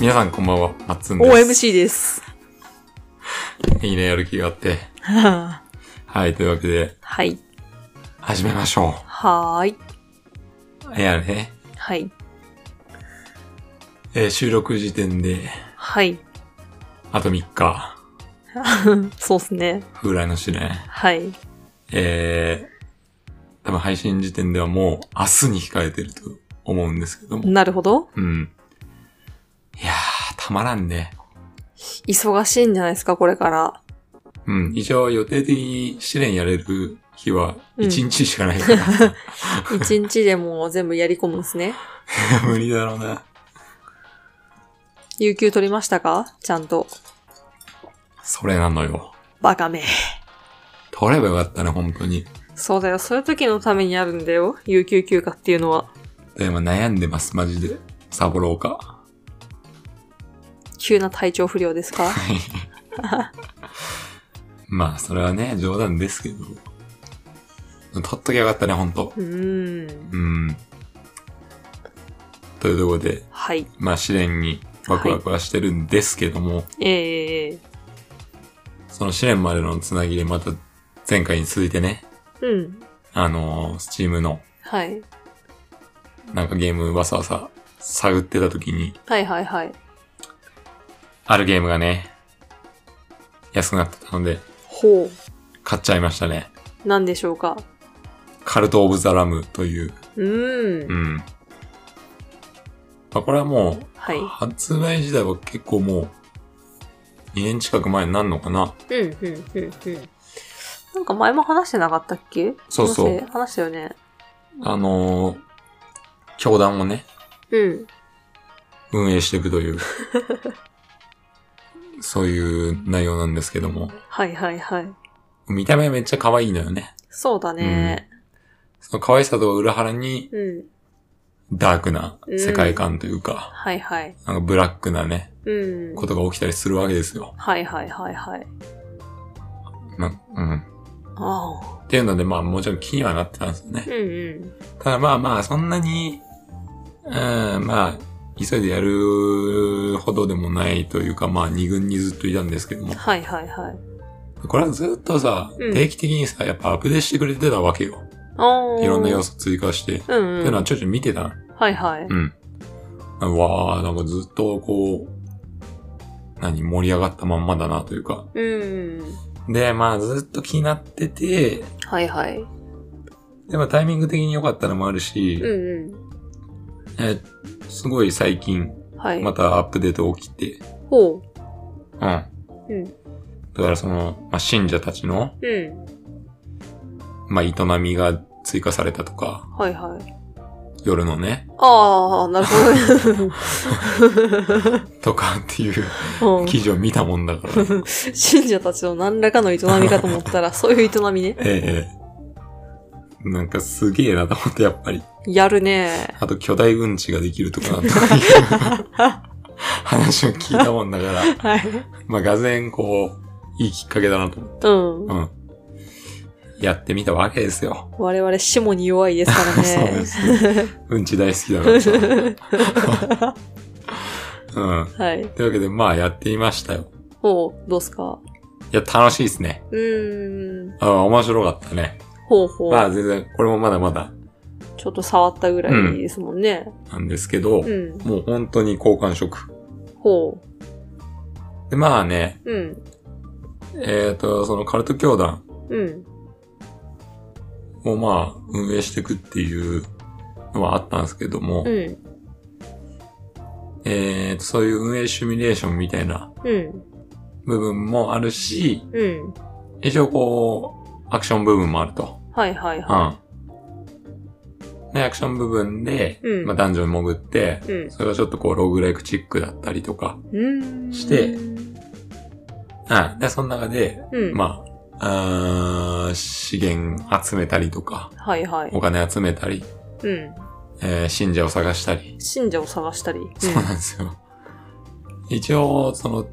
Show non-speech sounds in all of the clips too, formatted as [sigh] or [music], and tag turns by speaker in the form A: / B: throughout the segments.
A: 皆さんこんばんは、マッツンです。
B: OMC です。
A: いいね、やる気があって。
B: [laughs] は
A: はい、というわけで、
B: い。
A: 始めましょ
B: はーい。
A: う。いやね、
B: はい。
A: えー収録時点で、
B: はい。
A: あと3日、
B: そうっすね。
A: ぐらいの試練。
B: はい。
A: えー、多分配信時点ではもう明日に控えてると思うんですけども。
B: なるほど。
A: うん。いやー、たまらんね。
B: 忙しいんじゃないですか、これ [laughs] から。
A: うん。一応予定的に試練やれる日は
B: うん
A: 1日しかないからさ。
B: 一日でもう全部やり込むんですね。
A: 無理だろうな。
B: 有給取りましたかちゃんと。
A: それなのよ。
B: バカめ。
A: 取ればよかったね、本当に。
B: そうだよ。そういう時のためにあるんだよ。有給休暇っていうのは。
A: で今悩んでます、マジで。サボろうか。
B: 急な体調不良ですか
A: まあ、それはね、冗談ですけど。取っときゃよかったね、本当
B: うーん。
A: うん。というところで、
B: はい。
A: まあ試練にワクワクはしてるんですけども、
B: ええ
A: その試練までのつなぎでまた前回に続いてね、
B: うん。
A: あのー、スチームの
B: はい。
A: なんかゲームわさわさ探ってた時に、
B: はいはいはい。
A: あるゲームがね、安くなってたので、
B: ほ
A: 買っちゃいましたね。
B: う。なんでしょうか。
A: カルト・オブ・ザ・ラムという、
B: うー。
A: うんん。まあこれはもう、
B: はい。
A: 発売自体は結構もう、2年近く前になるのかな
B: うん、うん、うん、うん。なんか前も話してなかったっけ
A: そうそう
B: 話せ話したよね。
A: あのー、教団をね、
B: うん。
A: 運営していく
B: [laughs]
A: という、そういう内容なんですけども、
B: はいはいはい。
A: 見た目めっちゃ可愛いのよね。
B: そうだね。
A: その可愛さとは裏腹に、
B: うん。
A: ダークな世界観というか、
B: はいはい。
A: なんかブラックなね、
B: うん。
A: ことが起きたりするわけですよ。
B: はいはいはいはい。
A: なうん。
B: ああ。
A: っていうので、まあもちろん気にはなってたんですよね
B: うん。うん。
A: ただまあまあ、そんなに、うん、まあ、急いでやるほどでもないというか、まあ二軍にずっといたんですけども、
B: はいはいはい。
A: これはずっとさ、
B: うん
A: 定期的にさ、やっぱアップデートしてくれてたわけよ。
B: ああ。
A: いろんな要
B: 素。
A: 素追加して、っ
B: うん、
A: て
B: う
A: い
B: ん。
A: うのはちょいちょい見てたの。
B: はいはい。
A: うん。うわあなんかずっとこう、何、盛り上がったまんまだなというか。
B: うん。
A: で、まあずっと気になってて、
B: はいはい。
A: でもタイミング的に良かったのもあるし、
B: うんう
A: えすごい最近、
B: ん。はい。
A: またアップデート起きて、
B: ほ
A: うん。だ
B: う。うん。
A: からその、まあ、信者たちの、
B: うん。
A: まあ、営みが追加されたとか、
B: はいはい。
A: 夜のね、
B: ああ、なる
A: とかっていう
B: ほ
A: [laughs]
B: ど。うん
A: 記事を見たもんだ
B: [laughs]
A: から。
B: 信者たちの何らかの営みかと思ったら、そういう営みね。
A: ええなんかすげえなと思って、やっぱり。
B: やるね。
A: あと、巨大うんちができるとかなんとかいう
B: [laughs]
A: 話を聞いたもんだから、
B: はい。
A: まあ、がぜんこう、いいきっかけだなと思って。
B: うん。
A: うん。やってみたわけですよ。
B: 我々、下に弱いですからね。
A: そうですよ。
B: [laughs]
A: うんち大好きだからさ。うん。
B: はい。
A: というわけで、まあやってみましたよ。
B: ほう、どうすか
A: いや、楽しいですね。
B: うーん。
A: あ面白かったね。
B: ほうほう。
A: まあ全然、これもまだまだ
B: ちょっと触ったぐらいですもんね。
A: なんですけど、
B: うん。
A: もう本当に好感触。
B: ほ
A: で、まあね、
B: う。うん。
A: えっ、と、そのカルト教団
B: うん。
A: をまあ運営していくっていうのはあったんですけども、
B: うん。
A: えっ、と、そういう運営シミュレーションみたいな
B: うん。
A: 部分もあるし、
B: うん。
A: 一応こう、アクション部分もあると。
B: はいはいは
A: うん。で、アクション部分で、
B: うん
A: まあダンジョンに潜って、
B: い。うん。
A: それがちょっとこう、ログライクチックだったりとか、
B: うーん。
A: してはい。で、その中で、
B: うん。
A: まあ、あー資源集めたりとか、
B: はいはい。
A: お金集めたり、
B: うん。
A: えー信者を探したり。
B: 信者を探したり。うん
A: そうなんですよ。一応、その、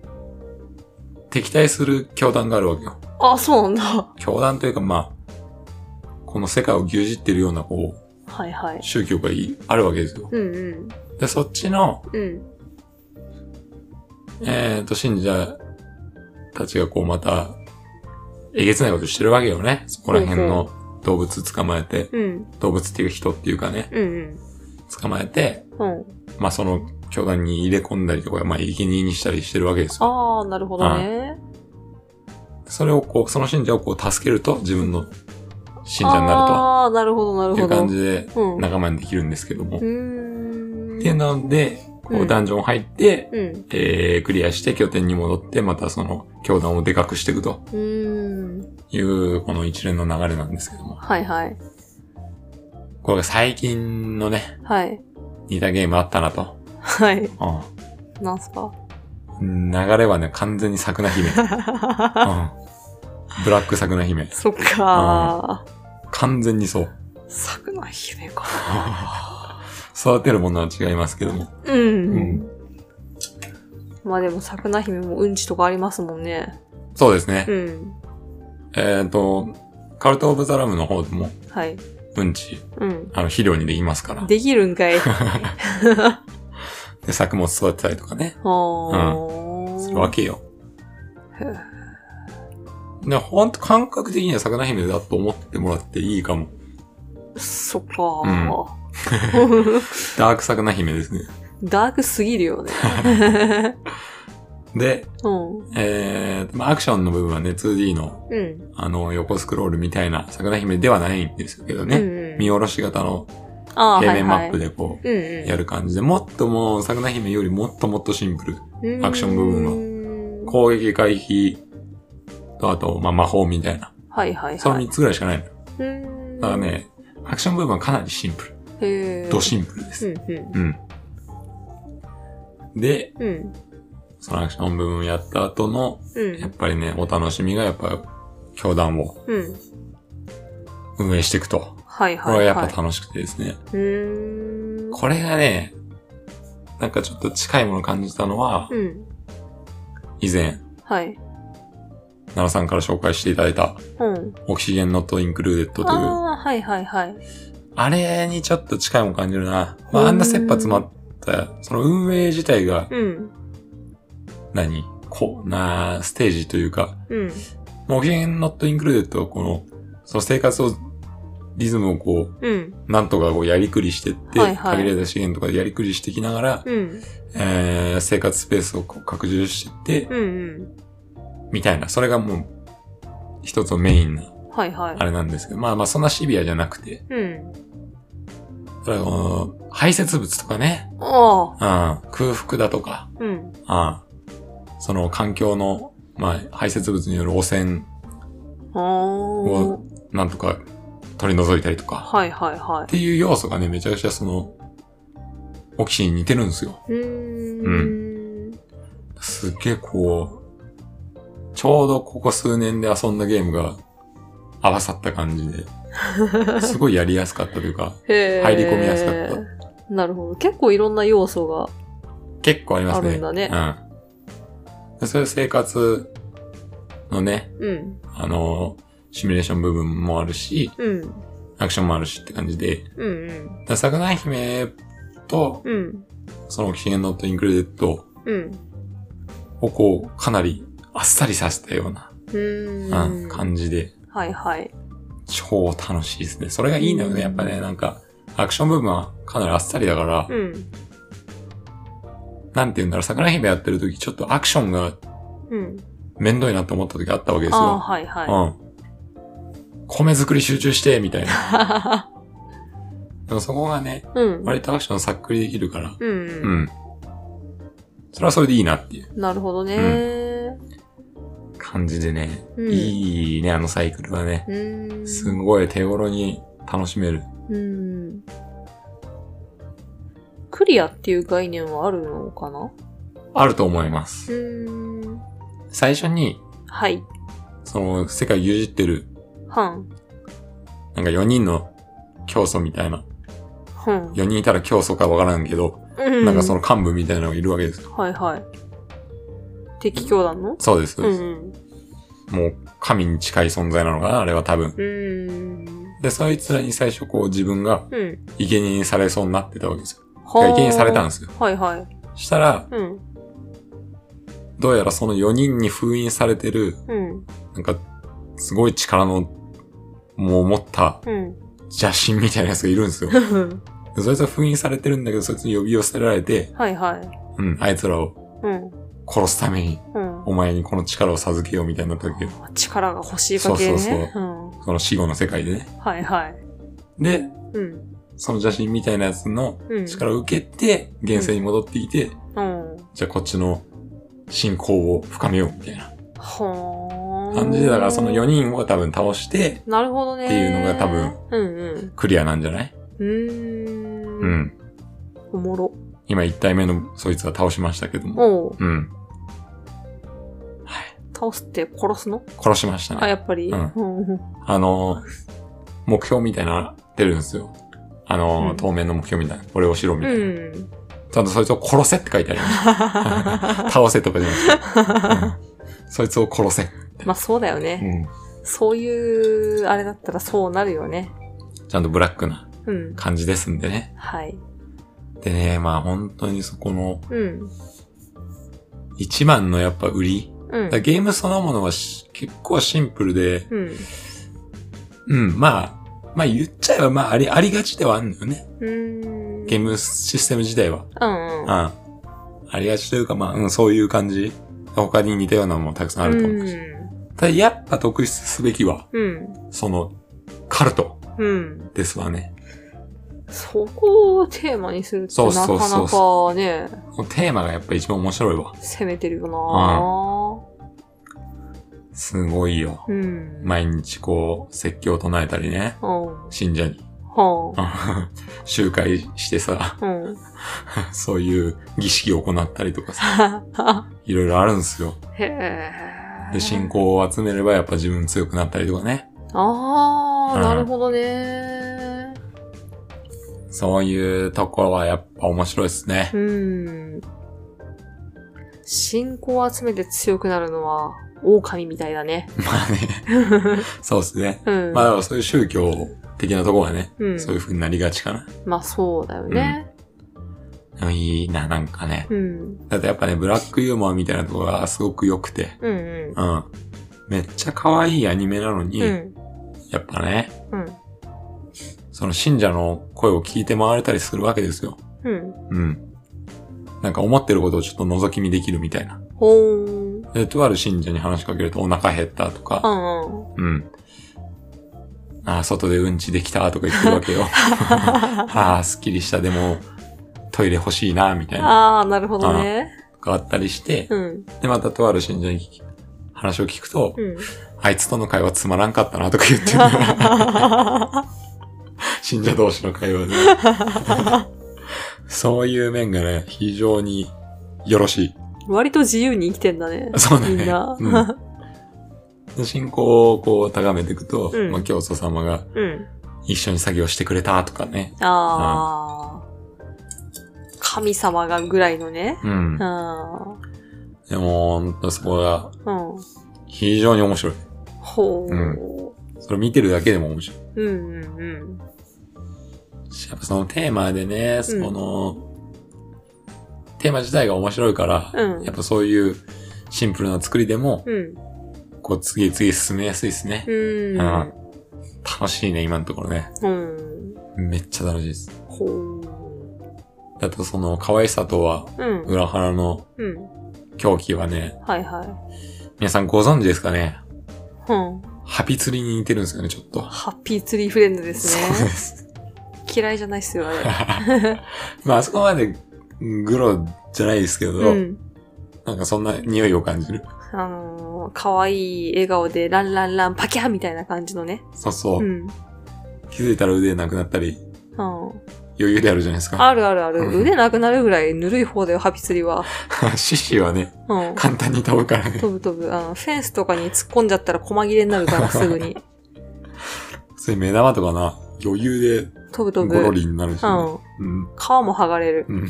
A: 敵対する教団があるわけよ。
B: あ、そうなんだ。
A: 教団というか、まあ、この世界を牛耳ってるような、こう、
B: はいはい。
A: 宗教がいあるわけですよ。
B: うんうん。
A: で、そっちの、
B: うん。
A: えっ、と、信者たちがこうまた、えげつないことしてるわけよね。そこら辺の動物捕まえて、
B: うん。
A: 動物っていうか人っていうかね、
B: うんうん。
A: 捕まえて、
B: うん。
A: まあその教団に入れ込んだりとか、まあ生贄にしたりしてるわけですよ。
B: ああ、なるほどね。
A: それをこう、その信者をこう助けると自分の信者になる
B: ああー、なるほどな
A: と。
B: る
A: ってい
B: ほ
A: う
B: ど。
A: 感
B: う
A: じで
B: ん。う
A: 仲間にできるんですけども。っ
B: ーん。
A: ていうので、こ
B: う
A: うんダンジョン入って、
B: うん。
A: えー、クリアして拠点に戻って、またその教団をでかくしていくと。
B: うーん。
A: いう、この一連の流れなんですけども。
B: はいはい。
A: これが最近のね、
B: はい。
A: 似たゲームあったなと。
B: はい。
A: う
B: なんすか
A: ん。流れはね、完全に桜
B: [laughs]
A: 姫。うん。ブラック桜姫。
B: そっか
A: 完全にそう。
B: ー。さくな姫か。
A: [laughs] 育てるものは違いますけども。
B: う。
A: うんん。
B: まあでも、さくな姫もうんちとかありますもんね。
A: そうですね。
B: うん。
A: えっと、カルト・オブ・ザ・ラムの方でも、
B: はい。
A: うんち、
B: うん。
A: あの、肥料にできますから。
B: できるん
A: [laughs]
B: かい。
A: で、作物育てたりとかね、
B: ほ
A: するわ
B: ー。
A: けよ。
B: へー
A: で、ほんと感覚的には桜姫だと思ってもらっていいかも。
B: そっか
A: ダーク桜姫ですね。
B: [laughs] ダークすぎるよね。
A: で、
B: うん。
A: えー、まあアクションの部分はね、2D の、
B: うん。
A: あの、横スクロールみたいな桜姫ではないんですけどね。
B: うん
A: 見下ろし型の
B: あー
A: 平面マップ
B: はい
A: でこ
B: はい、
A: う、
B: うん
A: やる感じで、もっともう、桜姫よりもっともっとシンプル。
B: うん、
A: アクション部
B: 分は。
A: 攻撃回避と、あと、まあ、魔法みたいな。
B: はいはいはい。
A: その3つぐらいしかないの。
B: うーん。
A: だからね、アクション部分はかなりシンプル。
B: へー
A: ドシンプルです。
B: うんうん
A: うん。で、
B: うん。
A: そのアクション部分やった後の、
B: う
A: やっ
B: ん。
A: ぱりね、お楽しみがやっぱ、教団を
B: うん。
A: 運営していくと。
B: はい
A: こ
B: は
A: れ
B: い、
A: は
B: はい。
A: やっぱ楽しくてですね。
B: うーん。
A: これがね、なんかちょっと近いものを感じたのは、
B: うん。
A: 以前、
B: はい。
A: 奈良さんから紹介していただいた、
B: うん。
A: オキシゲンノットインクルーデットという、あ
B: ああー、はいはいはい。
A: れにちょっと近いものを感じるな。まあ、あんな切羽詰まった、その運営自体が
B: うん。
A: 何、こう、な、ステージというか、
B: うん。
A: まあオキシゲンノットインクルーデットはこの、その生活を、リズムをこう、
B: うん。
A: なんとかこうやりくりしてって、
B: はいはい
A: 限られた資源とかでやりくりしてきながら、
B: うん。
A: えー生活スペースをこう拡充してって、
B: うん。うん。
A: みたいな。それがもう、一つのメインな、
B: はいはい
A: あ。れなんですけど、まあまあそんなシビアじゃなくて、
B: うん。
A: ただこの、排泄物とかね、
B: ああ。
A: うん、空腹だとか、
B: うん。
A: うん、その環境の、まあ排泄物による汚染
B: ああ
A: を。なんとか取り除いたりとか、
B: はいはいは
A: っていう要素がね、めちゃくちゃその、オキシに似てるんですよ。
B: い。うーん。
A: すっげえこう、ちょうどここ数年で遊んだゲームが合わさった感じで、すごいやりやすかったというか、
B: へー
A: 入り込みやすかっ
B: なるほど。結構いろんな要素が。
A: 結構ありますね。
B: あるんだね
A: うん。でそういう生活のね、
B: うん。
A: あの、シミュレーション部分もあるし、
B: うん。
A: アクションもあるしって感じで、
B: うんうん。
A: だ桜井姫と、
B: うん。
A: そのオキシゲンノットインクルデッド
B: うん。
A: をこう、かなりあっさりさせたような、
B: うー
A: うん
B: ん。
A: 感じで、
B: はいはい。
A: 超楽しいですね。それがいいんだよね、やっぱね、なんか、アクション部分はかなりあっさりだから、
B: うん。
A: なんて言うんだろう、桜井姫やってる時ちょっとアクションが
B: うん。
A: めんどいなと思った時あったわけです
B: ああ、
A: よ。
B: はいはい。
A: うん。米作り集中して、みたいな。
B: [laughs]
A: でもそこがね、
B: うん。
A: 割とアクションさっくりできるから、
B: う。
A: うんん。それはそれでいいなっていう
B: なるほどね。
A: 感じでね、
B: うん
A: いいね、あのサイクルはね。
B: うーん。
A: すごい手頃に楽しめる。
B: うん。クリアっていう概念はあるのかな
A: あると思いうま
B: う
A: す。
B: ーん。
A: 最初に、
B: はい。
A: その世界を牛耳ってる、
B: はん。
A: なんか4人の教祖みたいな。
B: はん。
A: 4人いたら教祖かわからんけど、
B: う
A: なんかその幹部みたいなのがいるわけですよ。
B: はいはい。敵教団の
A: そうです。そう
B: う
A: です
B: ん
A: もう神に近い存在なのかな、あれは多分。
B: うん。うん。
A: で、そいつらに最初こう自分が
B: うん。
A: 生贄にされそうになってたわけですよ。
B: はー
A: 生贄にされたんですよ。
B: はいはい。
A: したら、
B: うん。
A: どうやらその4人に封印されてる、
B: うん。
A: なんか、すごい力の、もう持った
B: うん。
A: 邪神みたいなやつがいるんですよ。 [laughs] でそいつは封印されてるんだけど、そいつに呼び寄せられて、
B: [laughs] はいはい。
A: うん、あいつらを
B: うん。
A: 殺すために、
B: うん。
A: お前にこの力を授けようみたいになったわけよ。
B: 力が欲しいわけね。
A: そうそう
B: うん。
A: その死後の世界でね。
B: はいはい。
A: で、
B: うん。
A: その邪神みたいなやつの
B: うん。
A: 力を受けて、現世に戻ってきて、
B: うん。
A: じゃあこっちの信仰を深めようみたいな
B: はー
A: 感じで、だからその4人を多分倒して、
B: なるほどね。
A: っていうのが多分。
B: うん
A: クリアなんじゃない
B: うん。うーん。
A: うん。
B: おもろ。
A: 今1体目のそいつは倒しましたけども。
B: おう。
A: うん。はい。
B: 倒すって殺すの
A: 殺しました
B: あ、
A: ね。
B: やっぱり。
A: うん
B: うん。
A: あのー、目標みたいなの出るんですよ。あのー、
B: うん
A: 当面の目標みたいな。俺をしろみたいな。
B: うん。
A: ちゃんとそいつを殺せって書いてありま
B: [laughs]
A: した。倒せとかじゃなくて。うんそいつを殺せ。
B: まあそうだよね。
A: うん。
B: そういう、あれだったらそうなるよね。
A: ちゃんとブラックな
B: うん。
A: 感じですんでね。
B: はい。
A: でね、まあ本当にそこの
B: うん。
A: 一番のやっぱ売り。
B: うん
A: だから。ゲームそのものはし結構シンプルで、
B: うん。
A: うん、まあ、まあ言っちゃえばまああり、ありがちではあるんだよね。
B: うーん。
A: ゲームシステム自体は。
B: うん
A: う
B: うん
A: ん。。ありがちというかまあ、うん、そういう感じ。他に似たようなのもたくさんあると思うし。ただやっぱ特筆すべきは、
B: うん。
A: その、カルト
B: うん。うん。
A: ですわね。
B: そこをテーマにするって
A: そう
B: な
A: そう
B: か
A: そう
B: なかね、
A: このテーマがやっぱ一番面白いわ。
B: 攻めてるよな
A: すごいよ。
B: ぁうん。
A: 毎日こう、説教唱えたりね。
B: うん。
A: 信者に。 [laughs]
B: は
A: 集会してさ、 [laughs]
B: あ。うん。
A: そういう儀式を行ったりとかさ、 [laughs]
B: はい
A: ろいろあるんですよ。
B: へえ。
A: で、信。仰を集めればやっぱ自分強くなったりとかね。
B: あ
A: う
B: あ、
A: ん
B: なるほどね。
A: そういうところはやっぱ面白いですね。
B: うん。信仰を集めて強くなるのは、狼みたいだね。
A: まあね、そうですね。
B: うん。
A: まあだからそういう宗教的なところはね、
B: うん、
A: そういう風になりがちかな。
B: まあそうだよね。
A: でもいいな、なんかね。
B: うん。
A: だってやっぱね、ブラックユーモアみたいなところがすごく良くて、
B: うんうん。
A: うん。めっちゃ可愛いアニメなのに、
B: うん。
A: やっぱね、
B: うん。
A: その信者の声を聞いて回れたりするわけですよ。
B: うん。
A: うん。なんか思ってることをちょっと覗き見できるみたいな。
B: ほーん。
A: で、とある信者に話しかけるとお腹減ったとか
B: う、んうん。
A: うん。ああ、外でうんちできたとか言ってるわけ
B: [laughs]
A: よ。ああ、すっきりした。でも、トイレ欲しいな、みたいな。
B: ああ、なるほどね。
A: があったりして
B: う、ん。
A: で、またとある信者に聞き話を聞くと、
B: うん。
A: あいつとの会話つまらんかったな、とか言ってるの。
B: [laughs]
A: 信者同士の会話で。そういう面がね、非常によろしい。
B: 割と自由に生きてんだね。
A: そうだね。
B: みんな。
A: うんで信仰をこう高めていくと、
B: うん
A: まあ、教祖様が
B: うん。
A: 一緒に作業してくれたとかね。
B: ああ。神様がぐらいのね。
A: うん
B: う。ん。
A: でも、ほんとそこが
B: うん。
A: 非常に面白い。
B: ほう。
A: う
B: うん
A: それ見てるだけでも面白い。
B: うんうん。
A: やっぱそのテーマでね、その、テーマ自体が面白いから、
B: うん
A: やっぱそういうシンプルな作りでも、
B: うん。
A: こう次々進めやすいですね。
B: うん。
A: うん楽しいね、今のところね。
B: うん。
A: めっちゃ楽しいです。
B: ほう。
A: だとその可愛さとは
B: うん。
A: 裏腹の
B: うん。
A: 狂気はね、
B: はいはい。
A: 皆さんご存知ですかね
B: うん。
A: ハピ釣りに似てるんですよね、ちょっと。
B: ハッピーツリーフレンドです
A: そうで
B: ね。
A: す。
B: 嫌いじゃないっすよ、あれ。
A: まあ、あそこまでグロじゃないですけど、
B: うん。
A: なんかそんな匂いを感じる。
B: あのー、可愛い笑顔で、ランランラン、パキャーみたいな感じのね。
A: そうそう。
B: うん。うん。
A: 気づいたら腕なくなったり、
B: は
A: 余裕であるじゃないですか。 [laughs]
B: あるあるある。
A: うん
B: 腕なくなるぐらいぬるい方だよ、ハピ釣りは。
A: 獅子はね、
B: うん。
A: 簡単に飛ぶからね。
B: 飛ぶ飛ぶ。あの、フェンスとかに突っ込んじゃったら細切れになるから、すぐに。
A: [laughs] それ目玉とかな、余裕で
B: 飛
A: ゴ
B: ぶ飛ぶ。
A: ロ
B: うん。皮
A: リになるし、ね。
B: も
A: うん。
B: 剥がれる。
A: うん。
B: うん。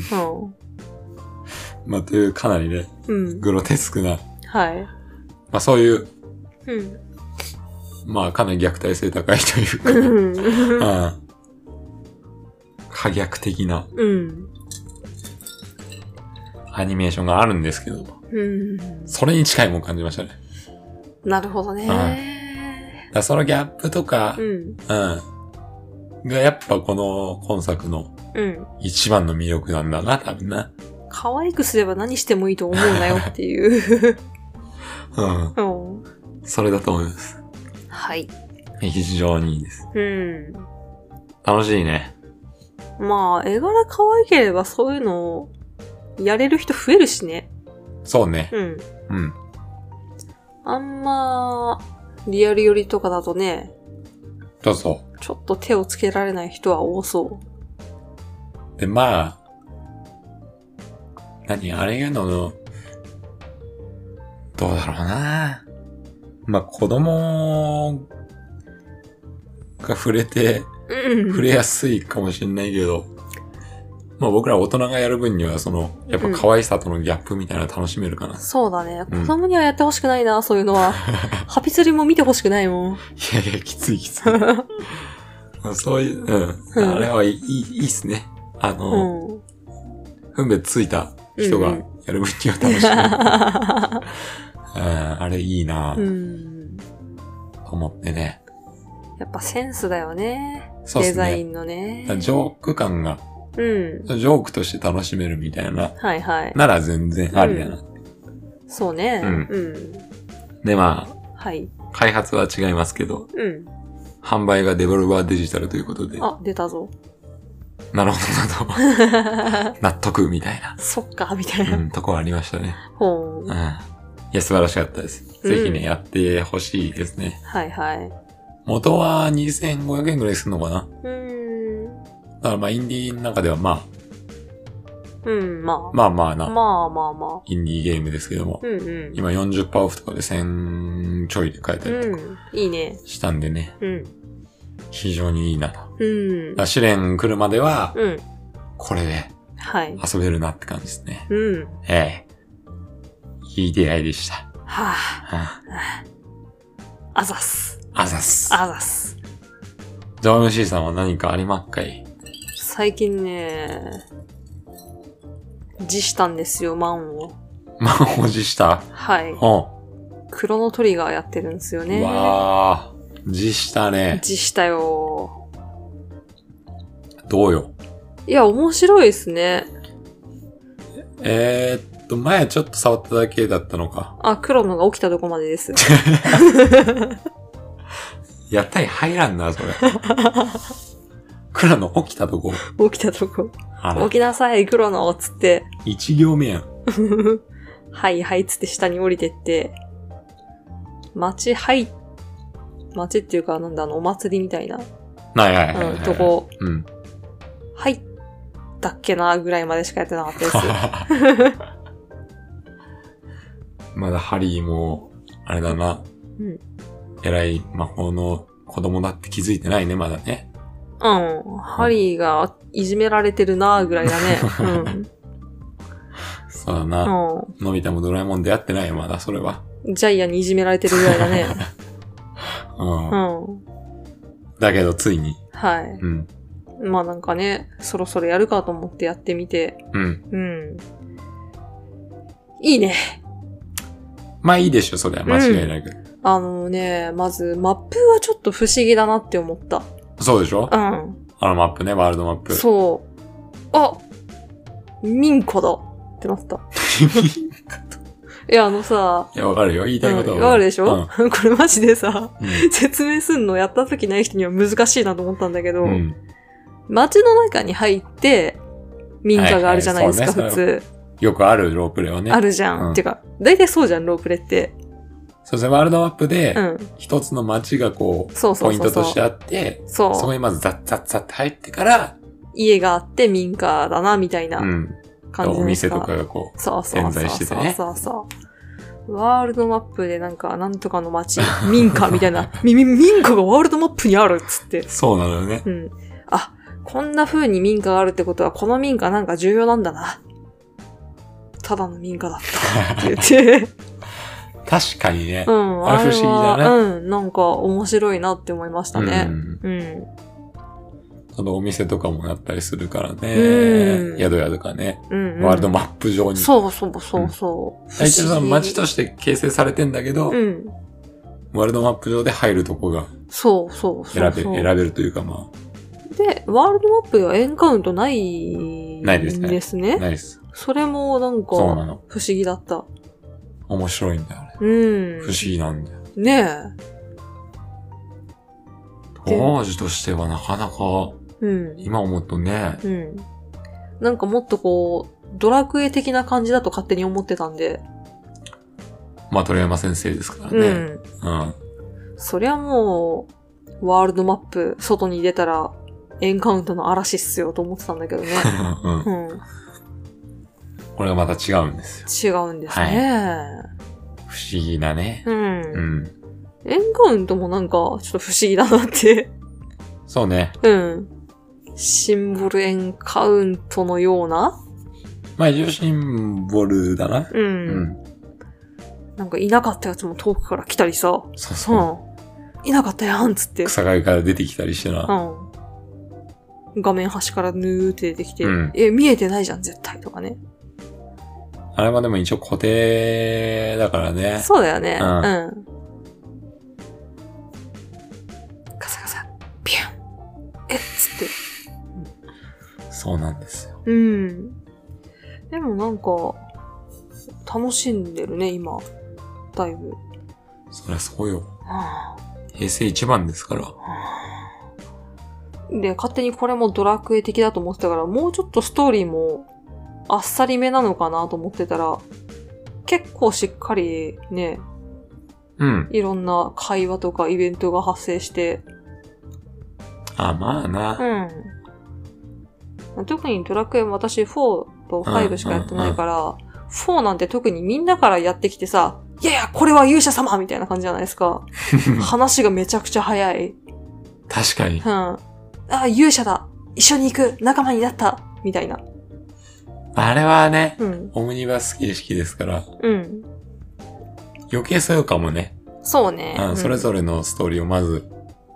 A: まあ、というかなりね、
B: うん。
A: グロテスクな、
B: はい。
A: まあそういう、
B: うん。
A: まあかなり虐待性高いというか、
B: う
A: [laughs]
B: ん。
A: うん。可逆的な
B: うん。
A: アニメーションがあるんですけど、
B: うん。
A: それに近いもん感じましたね。
B: なるほど
A: は
B: ね。
A: だからそのギャップとか、
B: う。
A: うんん。がやっぱこの今作の
B: うん。
A: 一番の魅力なんだな、多分な。
B: 可愛くすれば何してもいいと思うなよっ
A: [laughs]
B: ていう。
A: うん。
B: うん。
A: それだと思います。
B: はい。
A: 非常にいいです。
B: うん。
A: 楽しいね。
B: まあ、絵柄可愛ければそういうのをやれる人増えるしね。
A: そうね。
B: うん。
A: うん。
B: あんま、リアル寄りとかだとね、
A: そうそ。
B: ちょっと手をつけられない人は多そう
A: で、まあ、何、あれがのの、どうだろうな。まあ、子供が触れて、
B: う。うん。
A: 触れやすいかもしれないけど、まあ僕ら大人がやる分には、その、やっぱ可愛さとのギャップみたいなの楽しめるかな。い
B: そうだね。
A: うん
B: 子供にはやってほしくないな、そういうの
A: [laughs]
B: は。ハピ釣りも見てほしくないもん。
A: やいや、きつい
B: [laughs]
A: きつい。そういう、う。
B: うんん
A: あれはいい、いいいいっすね。あの、
B: うん。
A: 分別ついた人がやる分には楽しめる。うん、あれいい [laughs] な
B: [laughs] う
A: ぁ
B: ん。
A: と思ってね。
B: やっぱセンスだよね。
A: そうっ
B: デ
A: す
B: ザイ
A: ね。
B: ンのね。
A: ジョーク感が、
B: うん。
A: ジョークとして楽しめるみたいな、
B: はいはい。
A: なら全然ありだな。
B: そうね。
A: う
B: うんん。
A: で、まあ、
B: はい。
A: 開発は違いますけど、
B: うん。
A: 販売がデベロバーデジタルということで、
B: あ、出たぞ。
A: なるほどな
B: [laughs]
A: と、納得みたいな、
B: そっか、みたいうな。
A: ん、とこはありましたね。
B: ほ
A: う。
B: うん
A: いや、素晴らしかったです。
B: うん
A: ぜひね、やってほしいですね。
B: はいはい。
A: 元は2500円ぐらいするのかな
B: うーん。
A: だからまあ、インディーの中ではま
B: うん、ま
A: あ、まあまあ
B: あ。
A: な、
B: まあまあまあ。
A: インディーゲームですけども、
B: うんうん。
A: 今40%オフとかで1000ちょいで買えたりとか
B: うん。いいね。
A: したんでね、
B: うん。
A: 非常にいいなと。
B: うん
A: だか。ら試練来るまでは、
B: うん。
A: これで
B: はい。
A: 遊べるなって感じですね。
B: うん。
A: ええ。いい出会いでした。
B: はぁ、
A: あ
B: あざっす。
A: あざっす。
B: あざっす。
A: ジョームシーさんは何かありまっかい [laughs]
B: 最近ね、自したんですよ、満を。
A: 満を持した
B: はい。
A: う
B: クロノトリガーやってるんですよ
A: ん。う
B: ね。
A: わあ、辞したね。
B: 自したよ。
A: どうよ。
B: いや、面白いですね。
A: えー、っと、前ちょっと触っただけだったのか。
B: あ、黒のが起きたとこまでです。 [laughs]
A: やったり入らんな、それ。 [laughs] クラの起きたとこ。
B: 起きたとこ。
A: あ
B: 起
A: ら、
B: きなさい、黒のつって。 [laughs]
A: 一行目やん。
B: はいはい、つって下に降りてって。街はい、街っていうか、なんだ、あの、お祭りみたいな、
A: はいはいはい、
B: う
A: は
B: ん、
A: い。
B: とこ、
A: うん。
B: はい、だっけな、ぐらいまでしかやってなかったです。
A: [laughs] まだハリーも、あれだな。
B: うん
A: 偉い魔法の子供だって気づいてないね、まだね。
B: うん、ハリーがいじめられてるな、ぐらいだね。 [laughs]
A: そうだ
B: う
A: な。
B: ん、う
A: のび太もドラえもん出会ってないよ、まだ、それは。
B: ん。ジャイアンにいじめられてるぐらいだ [laughs] ね。
A: うん。
B: うん。
A: だけど、ついに。
B: はい。
A: うん。
B: まあなんかね、そろそろやるかと思ってやってみて、
A: うん。
B: うん。いいね。
A: まあいいでしょ、それは。間違いなく。
B: あのね、まずマップがちょっと不思議だなって思った。
A: そうでしょ
B: うん。
A: あのマップね、ワールドマップ。
B: そう。あ民家だってなった。いや、あのさ、
A: [laughs] いや、わかるよ。言いたいこと
B: うんわかるでしょ、 [laughs] これマジでさ、
A: うん。うん
B: [laughs] 説明すんのやった時ない人には難しいなと思ったんだけど、
A: うん。
B: 街の中に入って、民家があるじゃないですか、
A: はいはい
B: 普
A: そう
B: 通。
A: よくあるロープレはね。
B: あるじゃん。
A: うん
B: てか、大体そうじゃん、ロープレって。
A: そうですね、ワールドマップで
B: う、ん。
A: 一つの街がこう、
B: そうそ
A: ポ
B: う
A: イン
B: そう
A: ト
B: そう。
A: としてあって、そ
B: そ
A: こにまずザッザッザッって入ってから、
B: 家があって民家だな、みたいな
A: うん。
B: 感じ
A: お
B: で
A: 店
B: すか、
A: とかがこ
B: そうそう
A: 点
B: そう
A: 在してて
B: そう
A: ね
B: そうそう。ワールドマップでなんか、なんとかの街、民家みたいな、み、み民家がワールドマップにあるっつって
A: う、。そうなのよね。
B: うん。あ、こんな風に民家があるってことは、この民家なんか重要なんだな。ただの民家だったって言
A: [laughs]
B: って。
A: 確かにね
B: う。ん。
A: あ
B: あれ
A: れ不思議だ
B: は、うん。なんか面白いなって思いましたね。うん。
A: あとお店とかもなったりするから
B: う
A: ね。
B: ん
A: 宿屋とかね。
B: うん、うん。
A: ワールドマップ上に。
B: そうそうそうそう。
A: あ一応その街と
B: し
A: して形成されてんだけど、
B: うん。
A: ワールドマップ上で入るとこが
B: そうそうそ
A: 選
B: うそう。
A: べ選べるというかま
B: で、ワールドマップがエンカウントない
A: ないですね
B: です
A: あ、
B: ね。
A: ないです。
B: それもなんか、不
A: そうな
B: 思
A: の
B: 議だった。
A: 面白いんだよね。
B: うん
A: 不。思議なんだよ。
B: ねで
A: 当時としてはなかなか、
B: え。うん。
A: 今思うとね、
B: うん。なんかもっとこう、ドラクエ的な感じだと勝手に思ってたんで。
A: まあ鳥山先生ですからね。
B: うん。
A: うん。
B: そりゃもう、ワールドマップ、外に出たら、エンカウントの嵐っすよと思ってたんだけ [laughs] どね。
A: うん [laughs]
B: うん。
A: これがまた違うんですよ。
B: 違うんですね。
A: 不思議なね。
B: うん。
A: うん。
B: エンカウントもなんか、ちょっと不思議だなって。
A: そうね。
B: うん。シンボルエンカウントのような
A: まあ一応シンボルだな。
B: う。
A: うんん。
B: なんかいなかったやつも遠くから来たりさ。
A: そう
B: う
A: そう。
B: ん。いなかったやんっつって。
A: 草陰から出てきたりしてな。
B: うん。画面端からぬーって出てきて、
A: うん
B: え、見えてないじゃん、絶対とかね。
A: あれはでも一応固定だからね。
B: そうだよね。
A: う
B: うんん。カサカサ、ピュンえっつって。
A: そうなんですよ。
B: うん。でもなんか、楽しんでるね、今。だいぶ。
A: そりゃそうよ。
B: はあ
A: 平成一番ですから。
B: はあで、勝手にこれもドラクエ的だと思ってたから、もうちょっとストーリーもあっさりめなのかなと思ってたら、結構しっかりね、
A: うん。
B: いろんな会話とかイベントが発生して、
A: あ、まあな。
B: うん。特にドラクエも私4と5しかやってないから、4なんて特にみんなからやってきてさ、いやいや、これは勇者様みたいな感じじゃないです [laughs] か。話がめちゃくちゃ早い。うん。
A: 確かに。
B: ああ、勇者だ一緒に行く仲間になったみたいな。
A: あれはね、
B: うん。
A: オムニバス形式ですから、
B: うん。
A: 余計そうかもね。
B: そうね。
A: うん、それぞ
B: れ
A: れのストーリーをまず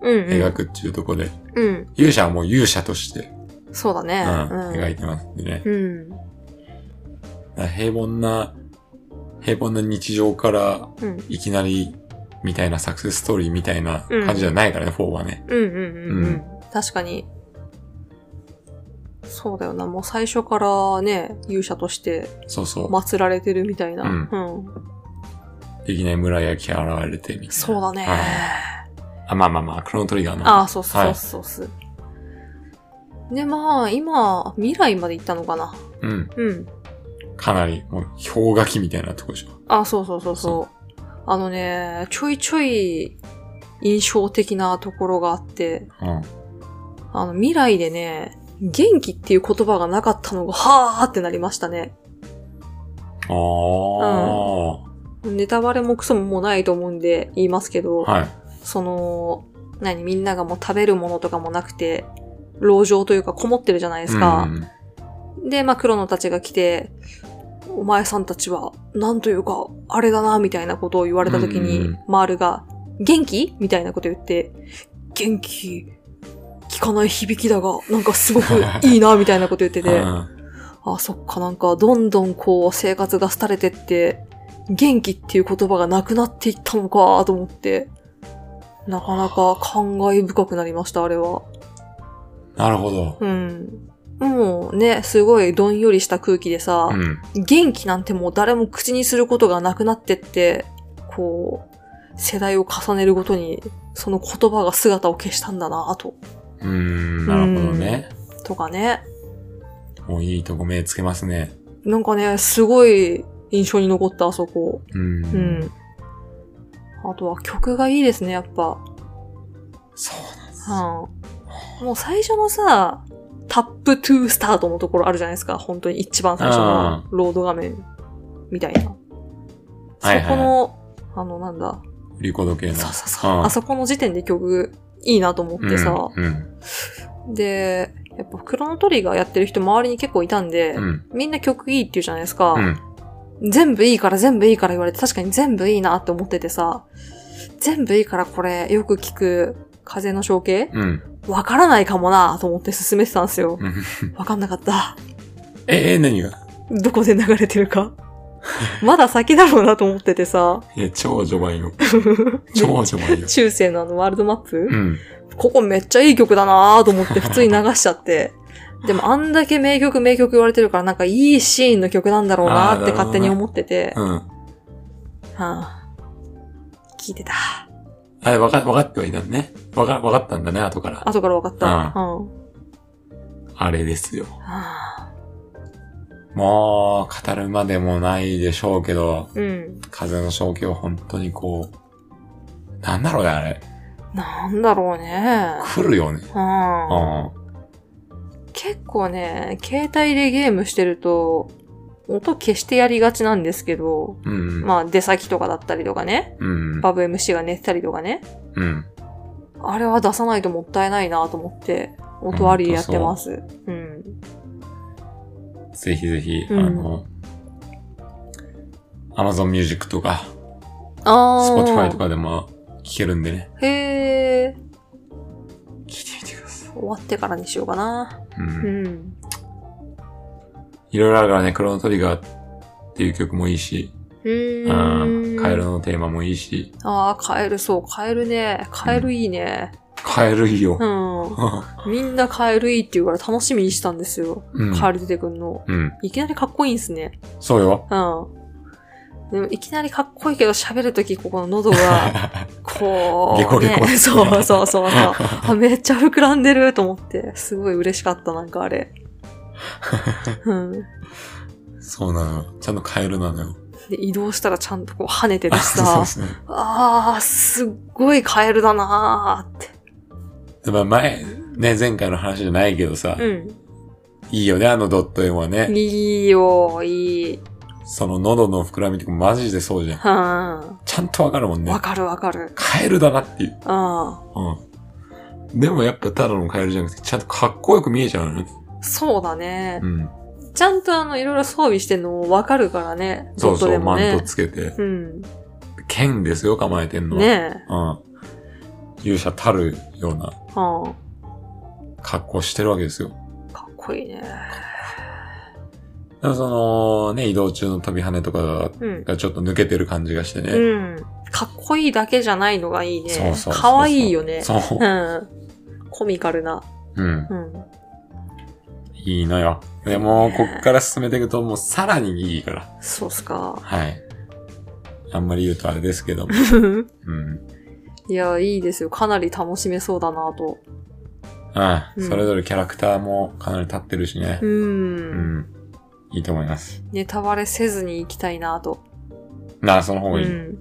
A: 描
B: 描く。
A: くっていうところで、
B: うん。
A: 勇者はもう勇者として、
B: そうだ
A: う
B: ね
A: ん。
B: うん
A: 描いてますんでね。
B: うん。
A: だから平凡な、平凡な日常から
B: うん。
A: いきなり、みたいなサクセスストーリーみたいな感じじゃないからね、4はね。
B: うんうんうん、う
A: うんん、
B: 確かに。そうだよな。もう最初からね、勇者として
A: そうそう。
B: 祀られてるみたいな。
A: うん
B: うん。
A: できない村焼き現れてみたいな。
B: そうだね。
A: はいあ、まあまあまあ、クロノトリガーの。
B: ああ、そうそう
A: は
B: そう
A: い
B: そうそう。で、まあ、今、未来まで行ったのかな。
A: うん。
B: うん。
A: かなり、もう、氷河期みたいなとこでしょ。
B: ああ、そうそうそうそう。あのね、ちょいちょい印象的なところがあって、
A: うん。
B: あの、未来でね、元気っていう言葉がなかったのが、はーってなりましたね。
A: あ
B: ネタバレもクソもないと思うんで言いますけど、
A: あ。はい。
B: その、何、みんながもう食べるものとかもなくて、籠城というかこもってるじゃないです
A: う
B: か。
A: ん
B: で、まあ、黒野たちが来て、お前さんたちは、なんというか、あれだな、みたいなことを言われた時
A: うんう
B: に
A: ん、
B: マールが、元気みたいなこと言って、元気、聞かない響きだが、なんかすごくいいな、みたいなこと言って
A: う [laughs]
B: て、
A: ん
B: あ、そっか、なんか、どんどんこう、生活が廃れてって、元気っていう言葉がなくなっていったのか、と思って、なかなか感慨深くなりました、あれは。
A: なるほど。
B: うん。もうね、すごいどんよりした空気でさ、
A: うん。
B: 元気なんてもう誰も口にすることがなくなってって、こう、世代を重ねるごとに、その言葉が姿を消したんだな、と。
A: うん、なるほどね。
B: とかね。
A: もういいとこ目つけますね。
B: なんかね、すごい印象に残った、あそこ。
A: うん。
B: うん。あとは曲がいいですね、やっぱ。
A: そうなんです。
B: うん。もう最初のさ、タップトゥースタートのところあるじゃないですか。本当に一番最初のロード画面みたいな。そ
A: はいはい
B: この、あの、なんだ。
A: 振り子時計の。
B: そうそうそう。
A: うん
B: あそこの時点で曲いいなと思ってさ。
A: うん。うん
B: で、やっぱクロノトリガーやってる人周りに結構いたんで、
A: うん。
B: みんな曲いいって言うじゃないですか。
A: うん。
B: 全部いいから全部いいから言われて、確かに全部いいなって思っててさ、全部いいからこれよく聞く風の象形
A: うん。
B: わからないかもなと思って進めてたんですよ。
A: うん [laughs]
B: わかんなかった。
A: え、え、何が
B: どこで流れてるか。まだ先だろうなと思っててさ、
A: いや、超序盤
B: [laughs]
A: よ。超序盤よ。
B: 中世のあのワールドマップ、
A: うん。
B: ここめっちゃいい曲だなと思って普通に流しちゃって。でもあんだけ名曲名曲言われてるからなんかいいシーンの曲なんだろうなって勝手に思ってて。
A: うん。
B: はあ、聞いてた。
A: あれ、わか、わかってはいたんね。わか、わかったんだね、後から。
B: 後から分かった。うん。
A: あれですよ。
B: はあ
A: もう、語るまでもないでしょうけど、
B: うん。
A: 風の正気は本当にこう、なんだろうね、あれ。
B: なんだろうね。
A: 来るよね。う
B: うん
A: ん。
B: 結構ね、携帯でゲームしてると、音消してやりがちなんですけど、
A: うん。
B: まあ出先とかだったりとかね、
A: うん。
B: バブ MC が寝てたりとかね、
A: うん。
B: あれは出さないともったいないなと思って、音ありやってます。うん。
A: ぜひぜひ、
B: うん
A: あの、Amazon Music とか、
B: あー。
A: Spotify とかでも聴けるんでね。
B: へー。
A: 聴いてみてください。
B: 終わってからにしようかな。
A: う。
B: うんん。
A: いろいろあるからね、クロノトリガーっていう曲もいいし、
B: う
A: うん。
B: ーん。
A: カエル。のテーマもいいし、
B: あー、カエル、そう、カエルね。カエルいいね。
A: カエルいいよ。
B: うん。みんなカエルいいって言うから楽しみにしたんですよ。
A: うん。
B: カエル出てくんの。
A: うん。
B: いきなりかっこいいんすね。
A: そうよ。
B: うん。でも、いきなりかっこいいけど喋るとき、ここの喉が、
A: [laughs]
B: こう、
A: ゲコゲコ
B: ねそうそうそうそう。あ、めっちゃ膨らんでると思って、すごい嬉しかった、なんか
A: [laughs]
B: あれ。うん。で
A: そうなのよ。ちゃんとカエルなのよ。
B: 移動したらちゃんとこう跳ねてるし
A: [laughs] そう
B: さ
A: で、すね。
B: あー、すっごいカエルだなーって。
A: でも前、ね、前回の話じゃないけどさ、
B: う
A: いいよね、あのドット絵はね
B: ん。。いいよ、いい。
A: その喉の膨らみとかマジでそうじゃん。
B: うん。わ
A: ちゃんとわかるもんね。
B: かるわかる。
A: カエルだなっていう。
B: うん。
A: うん。でもやっぱただのカエルじゃなくて、ちゃんとかっこよく見えちゃうのね。
B: そうだね
A: う。ん。
B: ちゃんとあの、いろいろ装備してんのもわかるからね。
A: そう
B: ドット
A: そ
B: で
A: う、
B: も
A: マント
B: ね。
A: つけて。
B: うん。
A: 剣ですよ、構えてんのは。
B: ねえ。
A: うん。勇者たるような
B: は
A: 格好してるわけですよ。
B: あ、かっこいいね。
A: だからその、ね、移動中の飛び跳ねとか
B: うん。
A: がちょっと抜けてる感じがしてね。
B: うん。かっこいいだけじゃないのがいいね。
A: そうそうそうそう
B: かわいいよね。
A: そう。
B: うん。コミカルな。
A: うん。
B: うん。
A: いいのよ。でも、こっから進めていくと、もうさらにいいから。
B: そうっすか。 [laughs]
A: はい。あんまり言うとあれですけど [laughs] も。うん。
B: いや、いいですよ。かなり楽しめそうだなと。
A: ああ、
B: うん
A: それぞれキャラクターもかなり立ってるしね
B: う。。
A: うんん。いいと思います。
B: ネタバレせずに行きたいなと。
A: なあ、その方
B: う
A: がいい。
B: ん。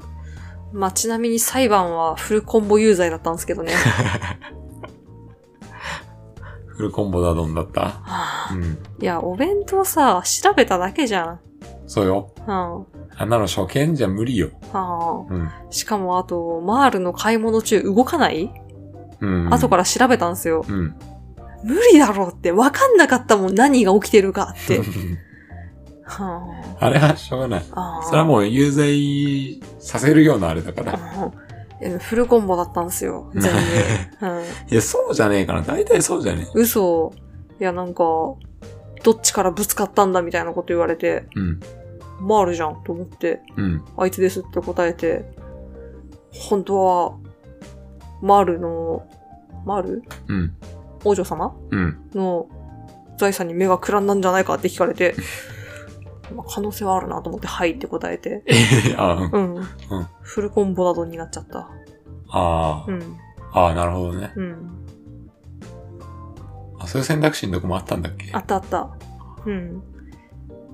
B: まあ、ちなみに裁判はフルコンボ有罪だったんですけ
A: [laughs]
B: どね。は
A: フルコンボだどんだった
B: あ
A: うん。
B: いや、お弁当さ、調べただけじゃん。
A: そうよ。
B: うん。
A: あんなの初見じゃ無理よ。
B: あ
A: うん。
B: あ、しかもあと、マールの買い物中動かない、
A: うん。
B: 後から調べたんですよ。
A: ら。うん。 [laughs]
B: 無理だろうって、わかんなかったもん、何が起きてるかって。は
A: あれはしょうがない。
B: あ、ああ。
A: それはもう有罪させるようなあれだから。
B: うん。フルコンボだったんですよ、全部。うん、
A: いや、そうじゃねえかな。大体そうじゃね
B: 嘘。いや、なんか、どっちからぶつかったんだみたいなこと言われて、
A: え。うん。
B: マールじゃんと思って、
A: うん。
B: あいつですって答えて、本当は、マールの、マール
A: うん。
B: 王女様
A: うん。 [laughs]
B: の財産に目がくらんだんじゃないかって聞かれて、まあ可能性はあるなと思って、はいって答えて、
A: ええあ、うん。
B: うん。フルコンボなどになっちゃった。
A: あ
B: う
A: ー
B: ん。
A: あー、なるほどね。
B: うん。
A: あ、そういう選択肢のとこもあったんだっけ
B: あったあった。うん。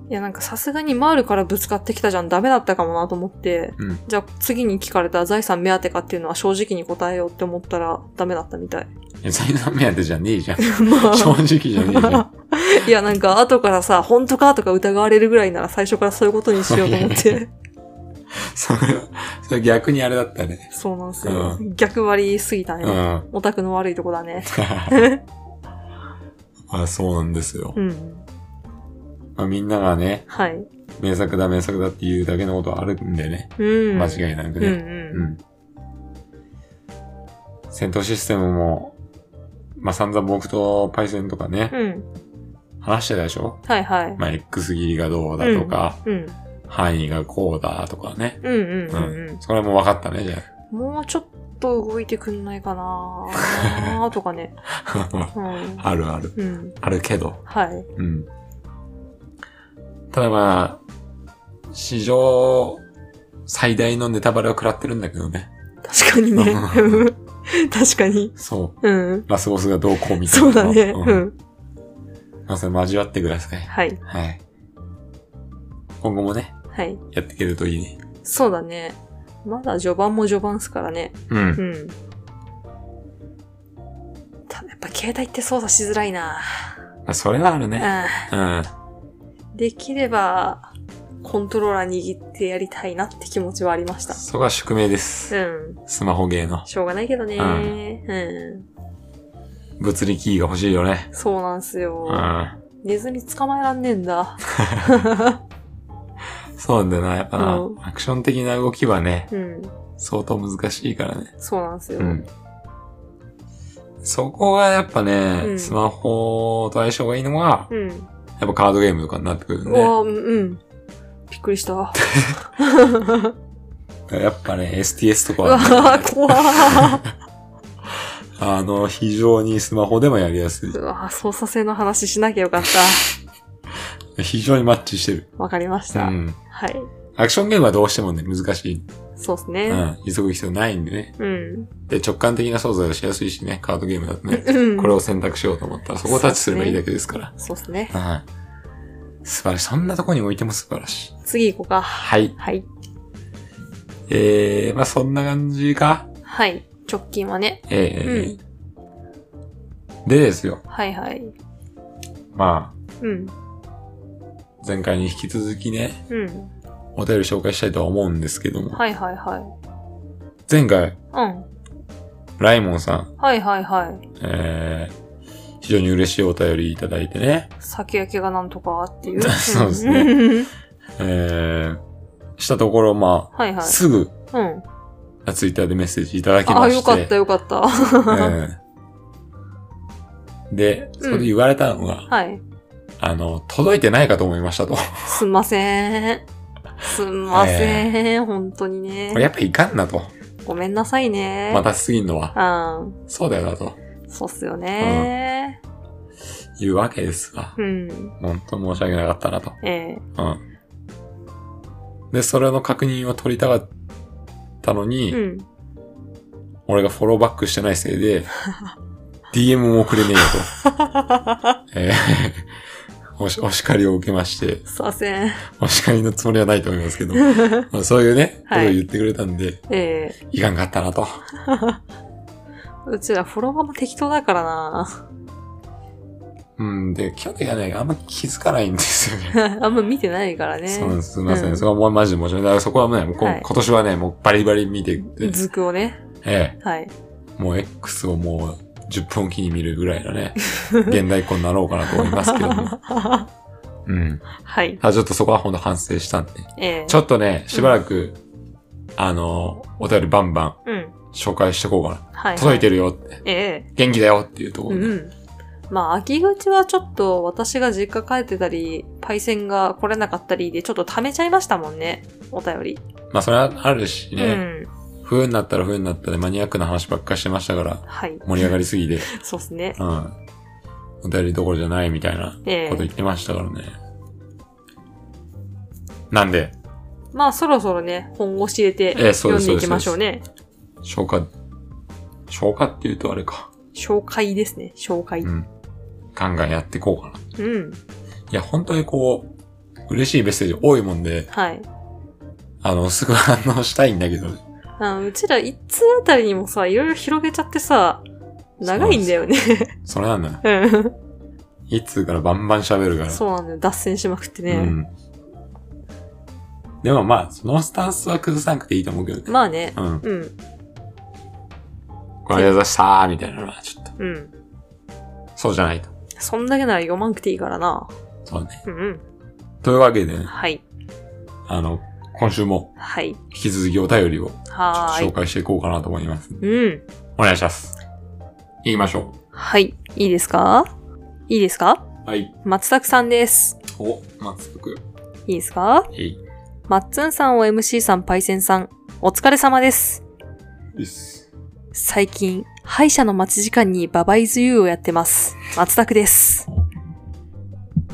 B: いや、なんかさすがにマールからぶつかってきたじゃん、ダメだったかもなと思って、
A: うん
B: じゃあ次に聞かれた財産目当てかっていうのは正直に答えようって思ったらダメだったみ [laughs] たい。
A: いや財産目当てじゃねえ [laughs] じゃん。
B: ま
A: 正
B: あ、
A: 直じゃねえじゃ [laughs] ん。
B: いや、なんか後からさ、本当かとか疑われるぐらいなら最初からそういうことにしようと思って。
A: それ、それ逆にあれだったね。
B: そうなんですよ。
A: う
B: 逆割りすぎた
A: うん。 [laughs]
B: ね。
A: ま
B: オタクの悪いとこだね。
A: あそうなんですよ。
B: うん。
A: まあ、みんながね、
B: はい。
A: 名作だ名作だっていうだけのことはあるんでね。
B: うん。
A: 間違いなく
B: う
A: ね。
B: んう。
A: うんん。戦闘システムも、まあ散々僕とパイセンとかね、
B: うん。
A: 話してたでしょ
B: はいはい。
A: まあ X 切りがどうだとか、
B: うん。
A: 範囲がこうだとかね。
B: うんうん
A: う
B: うん
A: ん。
B: う
A: それも分かったね、じゃ
B: ん。もうちょっと動いてくんない
A: [laughs]
B: かなとかね。
A: あ。
B: うん。
A: あるある。
B: うん。
A: あるけど。
B: はい。
A: うん。ただまあ、史上最大のネタバレを食らってるんだけどね。
B: 確かにね。 [laughs] 確かに。
A: そ
B: うん。
A: う。ラスボスがどうこうみたいな
B: そ
A: の。
B: うだね。
A: う。
B: うんん。
A: まあ、それも味わってください。
B: はい。
A: はい。今後もね、
B: はい。
A: やっていけるといいね。
B: そうだね。まだ序盤も序盤っすからね。
A: う。
B: うんん。ただやっぱ携帯って操作しづらいな。
A: まあ、それはあるね。
B: う
A: うん。
B: ん。できれば、コントローラー握ってやりたいなって気持ちはありました。
A: そこは宿命です。
B: うん。
A: スマホゲーの。
B: しょうがないけどね。
A: う
B: うん。
A: 物理キーが欲しいよね。
B: そうなんす
A: う
B: よ。
A: ん。
B: ネズミ捕まえらんねえんだ。
A: そうなんだよな。やっぱな、
B: うん
A: アクション的な動きはね、
B: うん。
A: 相当難しいからね。
B: そうなんすよ。
A: う
B: うん。
A: ん。そこがやっぱね、
B: うん
A: スマホと相性がいいのは、やっぱカードゲームとかになってくる
B: う
A: よね。
B: わうんうん。びっくりした。うわ
A: やっぱね、STS とかは、ね、
B: ー怖ー。
A: あの、非常にスマホでもやりやす
B: [laughs] う
A: い。
B: わー操作性の話しなきゃよかっ
A: 非常にマッチしてる。
B: た。わかりまし
A: う
B: た。
A: ん。
B: はい。
A: アクションゲームはどうしてもね、難しい。
B: そうです
A: う
B: ね。
A: ん。急ぐ必要ないんでね。
B: うん。
A: で、直感的な想像がしやすいしね、カードゲームだとね。
B: うん。
A: これを選択しようと思ったら、そこをタッチすればいいだけですから。
B: そうですね。
A: はい。素晴らしい。そんなとこに置いても素晴らしい。
B: 次行こうか。
A: はい。
B: はい。
A: えー、まあそんな感じか。
B: はい。直近はね。
A: えーでですよ。
B: はいはい。
A: ま
B: うん。
A: あ、前回に引き続きね、
B: うん。
A: お便り紹介したいとは思うんですけども。
B: はいはいはい。
A: 前回、
B: うん。
A: ライモンさん、
B: はいはいはい。
A: えー、非常に嬉しいお便りいただいてね。
B: 先焼けがなんとかっていう。
A: [laughs] そうですね
B: うん。
A: えー、したところ、ま
B: はい
A: あ、
B: はい。
A: すぐ、
B: うん。
A: ツイッターでメッセージいただき
B: あ
A: まし
B: あ、
A: て。
B: よかったよかった。
A: うんで、そこで言われたのが、
B: はい。
A: あの、届いてないかと思いま
B: [laughs]
A: したと。こ
B: すんません。すんません。本当に
A: れや
B: ね。
A: っぱいかんなと。
B: ごめんなさいね。
A: またすぎんのは。
B: うん。
A: そうだよなと。
B: そうっすよね。
A: いうわけですが。
B: うん。
A: 本当申し訳なかったなと。
B: ええ。
A: うん。で、それの確認を取りたかったのに、
B: うん。
A: 俺がフォローバックしてないせいで、DM も送れねえよ
B: [laughs]
A: と。えー [laughs] おしお叱りを受けまして、
B: すいません。
A: お叱りのつもりはないと思います
B: [laughs]
A: けど、まあ、そういうね、こ
B: はい
A: とを言ってくれたんで、
B: ええ。
A: いかんかったなと。
B: うちらフォロワーも適当だからな。 [laughs]
A: うん、で、基本的にはね、あんま気づかないんですよね。
B: あんま見てないからね。
A: そうなんです。すいません。
B: うん
A: そこはもうマジで申し訳ない。だからそこはね、もうこ
B: はい
A: 今年はね、もうバリバリ見て、
B: 図句をね。
A: え
B: はい。
A: え、もう X をもう10分おきに見るぐらいのね、現代っ子になろうかなと思いますけど
B: [laughs]
A: も。
B: は
A: うん。
B: い。
A: ただちょっとそこはほんと反省したんで。
B: ええ。
A: ちょっとね、しばらく、あの、お便りバンバン
B: うん。
A: 紹介してこうかな。
B: はい。
A: 届いてる
B: る。
A: よって、
B: ええ。
A: 元気だよっていうところ
B: う
A: で。
B: ん。まあ、秋口はちょっと私が実家帰ってたり、パイセンが来れなかったりで、ちょっと溜めちゃいましたもんね、お便り。
A: まあそれはあるし
B: う
A: ね、
B: ん。
A: 冬になったら冬になったでマニアックな話ばっかりしてましたから、
B: はい。
A: 盛り上がりすぎ
B: [laughs]
A: て、
B: そうですね。
A: うん。お便りどころじゃないみたいな
B: ええ
A: こと言ってましたからね。なんで、
B: まあ、そろそろね、本腰入れて
A: ええそう
B: 読
A: です
B: んでいきましょうね。
A: 消化、消化って言うとあれか。
B: 紹介ですね、紹介
A: う。ん。ガンガンやっていこうかな。
B: うん。
A: いや、本当にこう、嬉しいメッセージ多いもんで、
B: はい。
A: あの、すぐ反応したいんだけど、
B: あのうちら一通あたりにもさ、いろいろ広げちゃってさ、長いんだよね。
A: それなんだ。
B: う
A: いつからバンバン喋るから。
B: ん。 [laughs] そうなんだよ。脱線しまくって
A: う
B: ね。
A: ん。でもまあ、そのスタンスは崩さなくていいと思うけどね。
B: まあね。
A: うん。
B: うん。
A: これありがとうございましたーみたいなのは、ちょっと、
B: うん。
A: そうじゃないと。
B: そんだけなら読まんくていいからな。
A: そうね。
B: うんうん。
A: というわけでね、
B: はい。
A: あの、今週も
B: はい。
A: 引き続きお便りを
B: はー
A: 紹
B: い。
A: 介していこうかなと思います。
B: うん。
A: お願いします。行きましょ
B: はい。いいですかいいですか
A: う。はい。
B: 松崎さんです。
A: お、松福。
B: いいですか
A: えい。
B: マッツンさん、OMC さん、パイセンさん、お疲れ様です。
A: です。
B: 最近、歯医者の待ち時間にババイズユーをやってます。松田区です。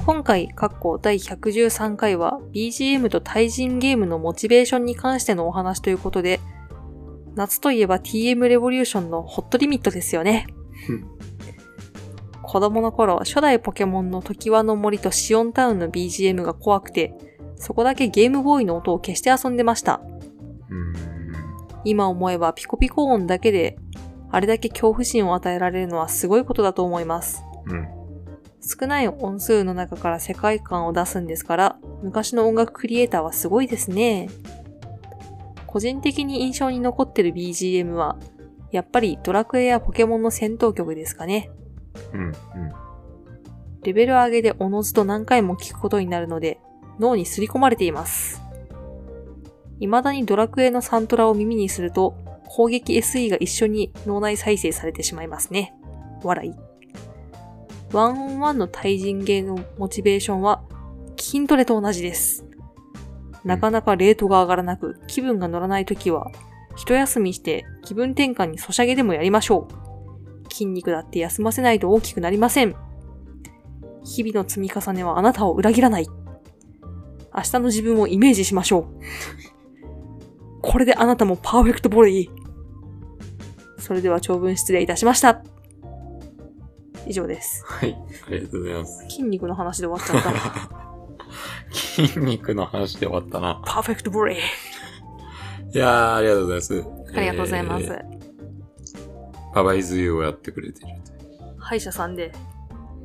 B: 今回、括弧第113回は BGM と対人ゲームのモチベーションに関してのお話ということで、夏といえば TM レボリューションのホットリミットですよね
A: うん。
B: 子供の頃、初代ポケモンの時輪の森とシオンタウンの BGM が怖くて、そこだけゲームボーイの音を消して遊んでました。
A: うー
B: 今思えばピコピコ音だけで、あれだけ恐怖心を与えられるのはすごいことだと思います。
A: ん。うん。
B: 少ない音数の中から世界観を出すんですから、昔の音楽クリエイターはすごいですね。個人的に印象に残ってる BGM は、やっぱりドラクエやポケモンの戦闘曲ですかね。
A: うん。
B: レベル上げでおのずと何回も聞くことになるので、脳に刷り込まれています。未だにドラクエのサントラを耳にすると、攻撃 SE が一緒に脳内再生されてしまいますね。笑い。ワンオンワンの対人ゲーのモチベーションは、筋トレと同じです。なかなかレートが上がらなく、気分が乗らないときは、一休みして気分転換にソシャゲでもやりましょう。筋肉だって休ませないと大きくなりません。日々の積み重ねはあなたを裏切らない。明日の自分をイメージしましょう。これであなたもパーフェクトボディ。それでは長文失礼いたしました。以上です。
A: はい。ありがとうございます。
B: 筋肉の話で終わっちゃったな。 [laughs]
A: 筋肉の話で終わったな。
B: パーフェクトボディ。
A: いやー、ありがとうございます。
B: ありがとうございます。
A: えーババイズユーをやってくれてる。
B: 歯医者さんで。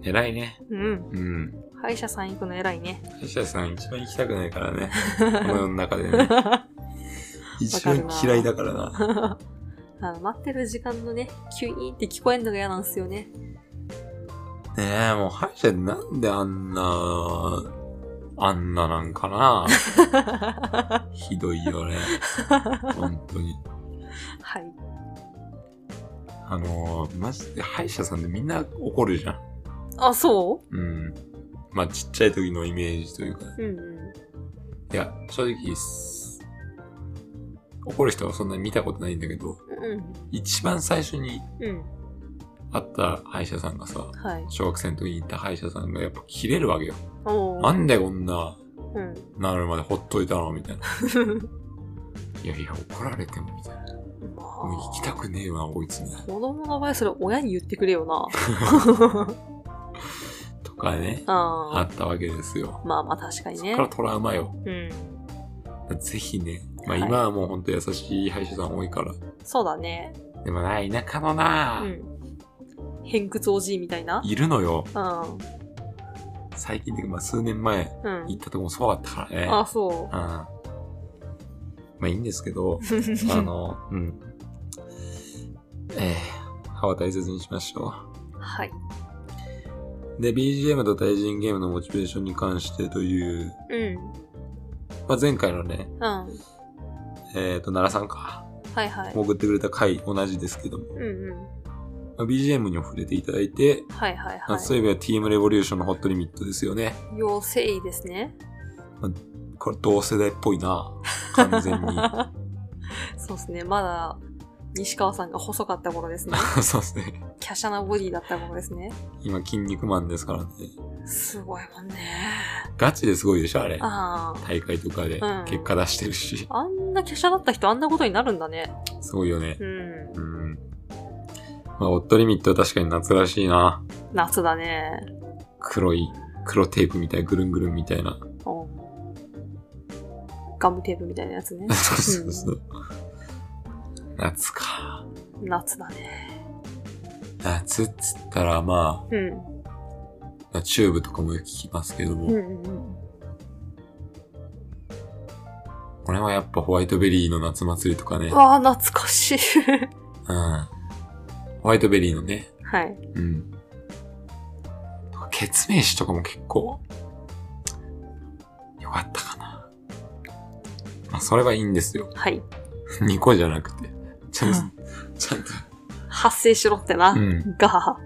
A: 偉いね。
B: うん。
A: うん。
B: 歯医者さん行くの偉いね。
A: 歯医者さん一番行きたくないから
B: [laughs]
A: ね。この世の中でね。一番嫌いだからな。
B: あの待ってる時間のね、キュイーンって聞こえんのが嫌なんですよ [laughs] ね。
A: ねえ、もう歯医者なんであんな、あんななんか
B: [laughs]
A: な。ひどいよね。本当に。
B: はい。
A: あのー、マジで歯医者さんでみんな怒るじゃん。
B: あ、そ
A: うん。まあ、ちっちゃい時のイメージというか。
B: ううんう
A: いや、正直す、怒る人はそんなに見たことないんだけど、
B: ん。うん。
A: 一番最初に
B: うん。
A: 会った歯医者さんがさ、
B: はい。
A: 小学生の時に行った歯医者さんがやっぱ切れるわけよ。
B: お
A: な
B: ー
A: んでこんな、
B: うん。
A: なるまでほっといたのみたいな。いやいや、怒られても、みたいな。
B: まあ
A: もう行きたくねえわ、こいつ、みたいな。
B: 子供の場合、それ親に言ってくれよな。
A: とかね、あ
B: あ
A: ったわけですよ。
B: まあまあ確かに
A: そ
B: ね
A: っか。らトラウマよ。
B: うん。
A: ぜひね、まあ
B: はい
A: 今はもうほんと優しい歯医者さん多いから。
B: そうだね。
A: でもな、田舎の
B: う
A: な、
B: ん。偏屈おじいみたいな。
A: いるのよ。
B: うん。
A: 最近で、まあ数年前、
B: うん
A: 行。ったとこもそうだったからね。
B: あ、そう
A: う。ん。まあいいんですけ
B: [laughs]
A: ど、あの、うん。ええ歯は大切にしましょ
B: はい。
A: う。で、BGM と対人ゲームのモチベーションに関してという、
B: うん。
A: まあ、前回のね、
B: うん。はい
A: えっ、と、奈良さんか、
B: はい。
A: 送ってくれた回同じですけども、
B: うんうん。
A: まあ BGM にも触れていただいて、
B: はいはい
A: まあそう
B: はい
A: えば TM レボリューションのホットリミットですよね。
B: い。妖精ですね。
A: これ同世代っぽいな。完全に。
B: [laughs] そうですね。まだ、西川さんが細かった頃で
A: [laughs]
B: すね。
A: そうですね。
B: 華奢なボディだった頃ですね。
A: 今、筋肉マンですからね。
B: すごいもんね。
A: ガチですごいでしょ、あれ。
B: ああ。
A: 大会とかで
B: うん
A: 結果出してるし、
B: あんな華奢だった人あんなことになるんだね。
A: すごいよね。
B: うん。
A: うん。まあ、オットリミットは確かに夏らしいな。
B: 夏だね。
A: 黒い、黒テープみたい、ぐるんぐるんみたいな。
B: おうガムテープみたいなやつ
A: [laughs]
B: ね。
A: そうそうそう。夏か。
B: 夏だね。
A: 夏っつったらま
B: うん。
A: あ、チューブとかもよく聞きますけども、
B: うんうんうん。
A: これはやっぱホワイトベリーの夏祭りとかね。
B: ああ、懐かしい。 [laughs]
A: うん。ホワイトベリーのね。
B: はい。
A: うん。ケツメイシとかも結構、よかったかな。まあ、それはいいんですよ。 [laughs]
B: はい。
A: 2個じゃなくて。ちゃんと
B: う、
A: ちゃんと。
B: 発生しろってな。
A: うん。
B: がはは。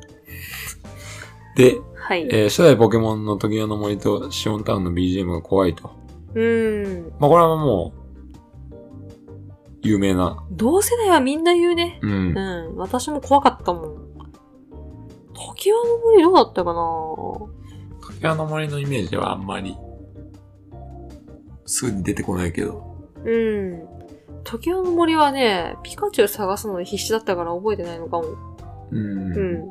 A: で、
B: はい。
A: えー初代ポケモンの時のの森とシオンタウンの BGM が怖いと。
B: うーん。
A: まあ、これはもう、有名な。
B: 同世代はみんな言うね。
A: うん
B: う。ん。私も怖かったもん。時はの森どうだったかな
A: 時のの森のイメージはあんまり、すぐに出てこないけど。
B: うん。時はの森はね、ピカチュウ探すのに必死だったから覚えてないのかも。
A: うん。
B: うん。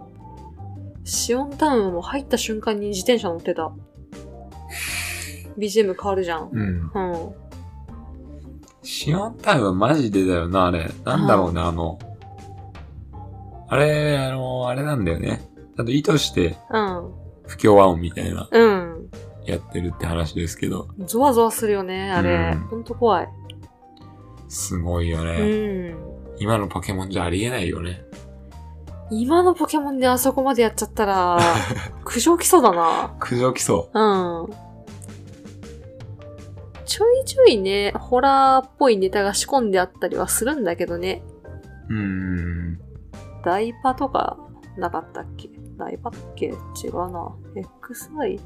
B: シオンタウンも入った瞬間に自転車乗ってた。BGM 変わるじゃん。
A: うん。
B: うん。
A: シオンタイムはマジでだよな、あれ。なんだろうね、あの。あれ、あの、あれなんだよね。ちゃんと意図して
B: うん。
A: 不協和音みたいな、
B: うん。
A: やってるって話ですけど、
B: ゾワゾワするよね、あれ。
A: うん
B: ほんと怖い。
A: すごいよ
B: う
A: ね。
B: ん。
A: 今のポケモンじゃありえないよね。
B: 今のポケモンであそこまでやっちゃったら、苦情来そうだな。
A: 苦情来そ
B: うん。ちょいちょいね、ホラーっぽいネタが仕込んであったりはするんだけどね。
A: う。うーん。
B: ダイパとかなかったっけダイパだっけ違うな。XI?3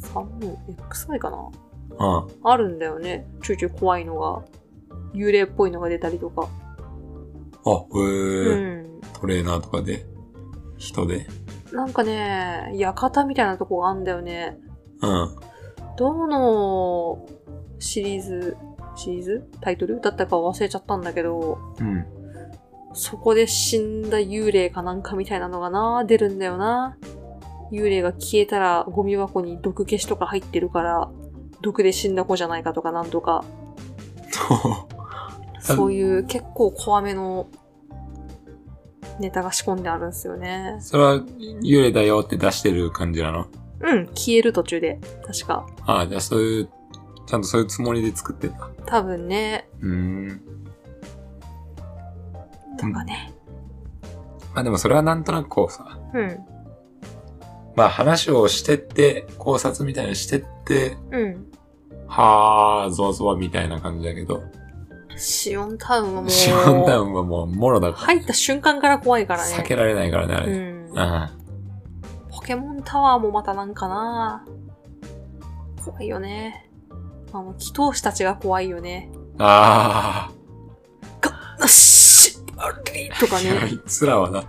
B: XI かな
A: あ
B: あるんだよね。ちょいちょい怖いのが。幽霊っぽいのが出たりとか。
A: あ、あへ
B: う
A: え、
B: ん。
A: トレーナーとかで、人で。
B: なんかね、館みたいなとこがあんだよね。
A: うん。
B: どのシリーズ、シリーズタイトルだったか忘れちゃったんだけど、
A: うん。 [laughs]
B: そこで死んだ幽霊かなんかみたいなのがな、出るんだよな。幽霊が消えたらゴミ箱に毒消しとか入ってるから、毒で死んだ子じゃないかとかなんとか、
A: と、
B: そういう結構怖めのネタが仕込んであるんですよね。
A: それは幽霊だよって出してる感じなの
B: うん、消える途中で。確か。
A: ああ、じゃあそういう、ちゃんとそういうつもりで作ってた。
B: 多分ね。
A: うーん。
B: とかね。
A: まあでもそれはなんとなくこうさ、
B: うん。
A: まあ話をしてって、考察みたいなのしてって、
B: うん。
A: はあ、ゾワゾワみたいな感じだけど、
B: シオンタウンはもう。
A: シオンダウンはもうもろだか、
B: 入った瞬間から怖いかららね。
A: 避けられないからね、あれ。
B: うん。
A: あ
B: ポケモンタワーもまたなんかな怖いよね。あの、祈祷師たちが怖いよね。
A: あ。あ
B: なしあれとか
A: あ。い [laughs] や、あ
B: ね。
A: いつらはな。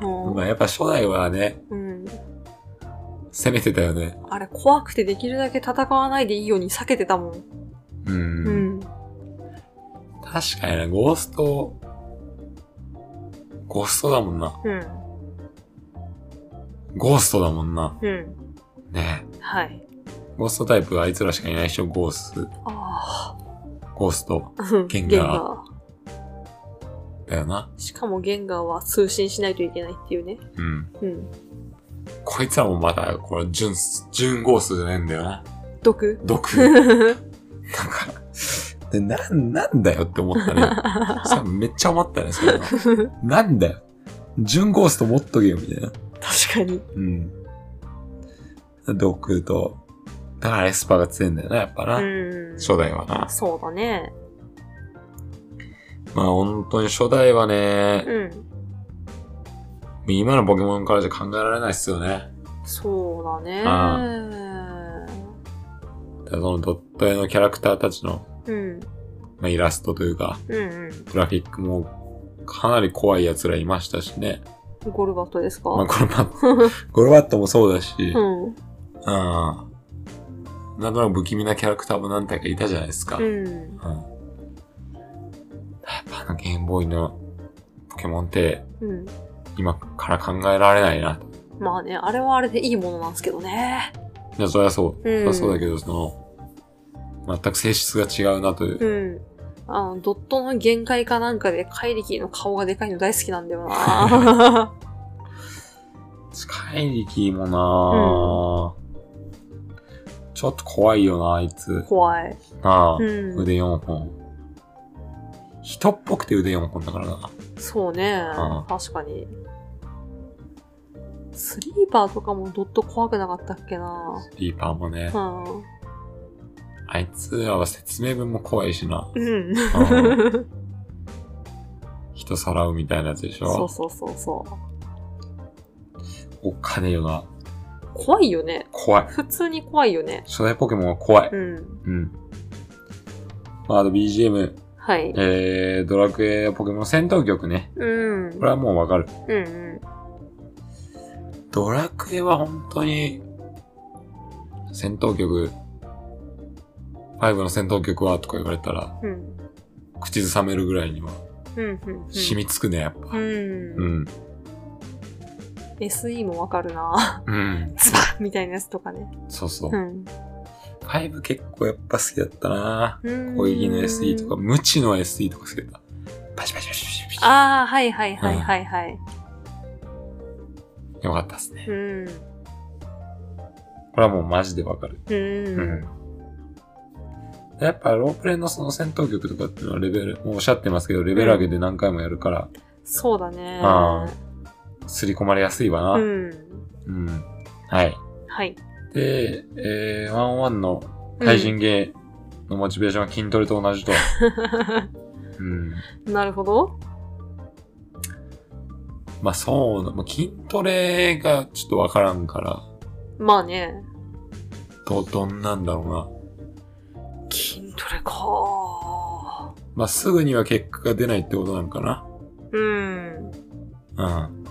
B: も
A: まあやっぱ初代はね、
B: う、うん。
A: 攻めてたよね。
B: あれ怖くてできるだけ戦わないでいいように避けてたもん。
A: う。
B: うんん。
A: 確かにね、ゴースト、ゴーストだもんな。
B: うん。
A: ゴーストだもんな。
B: うん。
A: ね
B: はい。
A: ゴーストタイプはあいつらしかいないでしょ、ゴース。
B: あ
A: ゴースト
B: あ。 [laughs] うん
A: ゲンガーだよな。
B: しかもゲンガーは通信しないといけないっていうね。
A: うん。
B: うん。
A: こいつらもまだ、これ、純、純ゴーストじゃないんだよな。
B: 毒 [laughs]
A: 毒。だから、で、な、なんだよって思
B: [laughs]
A: ったね。それめっちゃ思ったね、それは。
B: 確
A: なんだよ。純ゴースト持っとけよ、みたいな。
B: かに。
A: うん。毒と、だからエスパーが強いんだよな、やっぱな。
B: うん。
A: 初代はな。
B: そうだね。
A: まあ本当に初代はね、
B: うん。
A: 今のポケモンからじゃ考えられないっすよね。
B: そうだね。
A: あだからそのドット絵のキャラクターたちの、
B: うん。
A: まあ、イラストというか、
B: うん
A: グラフィックもかなり怖い奴らいましたしね。
B: うん。ゴルバットですか、
A: まあ、ゴル
B: [laughs]
A: バット、ゴルバットもそうだし、う。
B: うんん。
A: なんとなく不気味なキャラクターも何体かいたじゃないですか。
B: う
A: うん。やっ
B: ん。
A: ぱあのゲームボーイのポケモンって
B: うん。
A: 今から考えられないな。
B: まあね、あれはあれでいいものなんですけどね。
A: いや、そりゃそう。
B: う
A: そり
B: ん
A: ゃそうだけど、その、全く性質が違うなという。
B: うん。あの、ドットの限界かなんかで、カイリキの顔がでかいの大好きなんだよな。
A: 使い力もなぁ、ちょっと怖いよな、あいつ。
B: 怖い。
A: なあ、
B: うん。
A: 腕4本。人っぽくて腕4本だからな。
B: そうね
A: う。
B: 確かに。スリーパーとかもドット怖くなかったっけな。
A: リーパーもね。
B: うん。
A: あいつらは説明文も怖いし
B: [laughs]
A: な。
B: うん。
A: うん人さらうみたいなやつでし
B: そう
A: ょ。
B: そうそうそう。
A: おっかねえよな。
B: 怖いよね。
A: 怖い。
B: 普通に怖いよね。
A: 初代ポケモンは怖い。
B: うん。
A: うん。まあ、あと BGM。
B: はい。
A: えー、ドラクエポケモン戦闘曲ね。
B: うん。
A: これはもうわかる。
B: うんうん。
A: ドラクエは本当に、戦闘曲、5の戦闘曲はとか言われたら、
B: うん。
A: 口ずさめるぐらいには、
B: うん。うん。
A: 染みつくね、やっぱ。
B: うん。
A: う
B: うん。
A: ん。
B: SE もわかるな。 [laughs]
A: うん。
B: ズバッみたいなやつとかね。
A: そうそう
B: う。ん。
A: 5結構やっぱ好きだったな
B: うん
A: 小池の SE とか、。無知の SE とか好きだった。パシパシパシパシパシ。
B: ああ、はいはいはいはいはい。
A: よかったっすね
B: う。ん。
A: これはもうマジでわかる。
B: う
A: うん
B: ん。。
A: やっぱロープレイのその戦闘曲とかっていうのはレベル、もうおっしゃってますけど、レベル上げで何回もやるから、
B: そうだね。
A: あ刷り込まれやすいわな。
B: うん。
A: うん。はい。
B: はい。
A: で、えー、ワンワンの対人芸のモチベーションは筋トレと同じ
B: [laughs]
A: と。うん。
B: うん。なるほど。
A: まあそうな、まあ、筋トレがちょっとわからんから、
B: まあね。
A: ど、どんなんだろう
B: 筋トレか。
A: な。まあすぐには結果が出ないってことなんか
B: うん。
A: な。うん。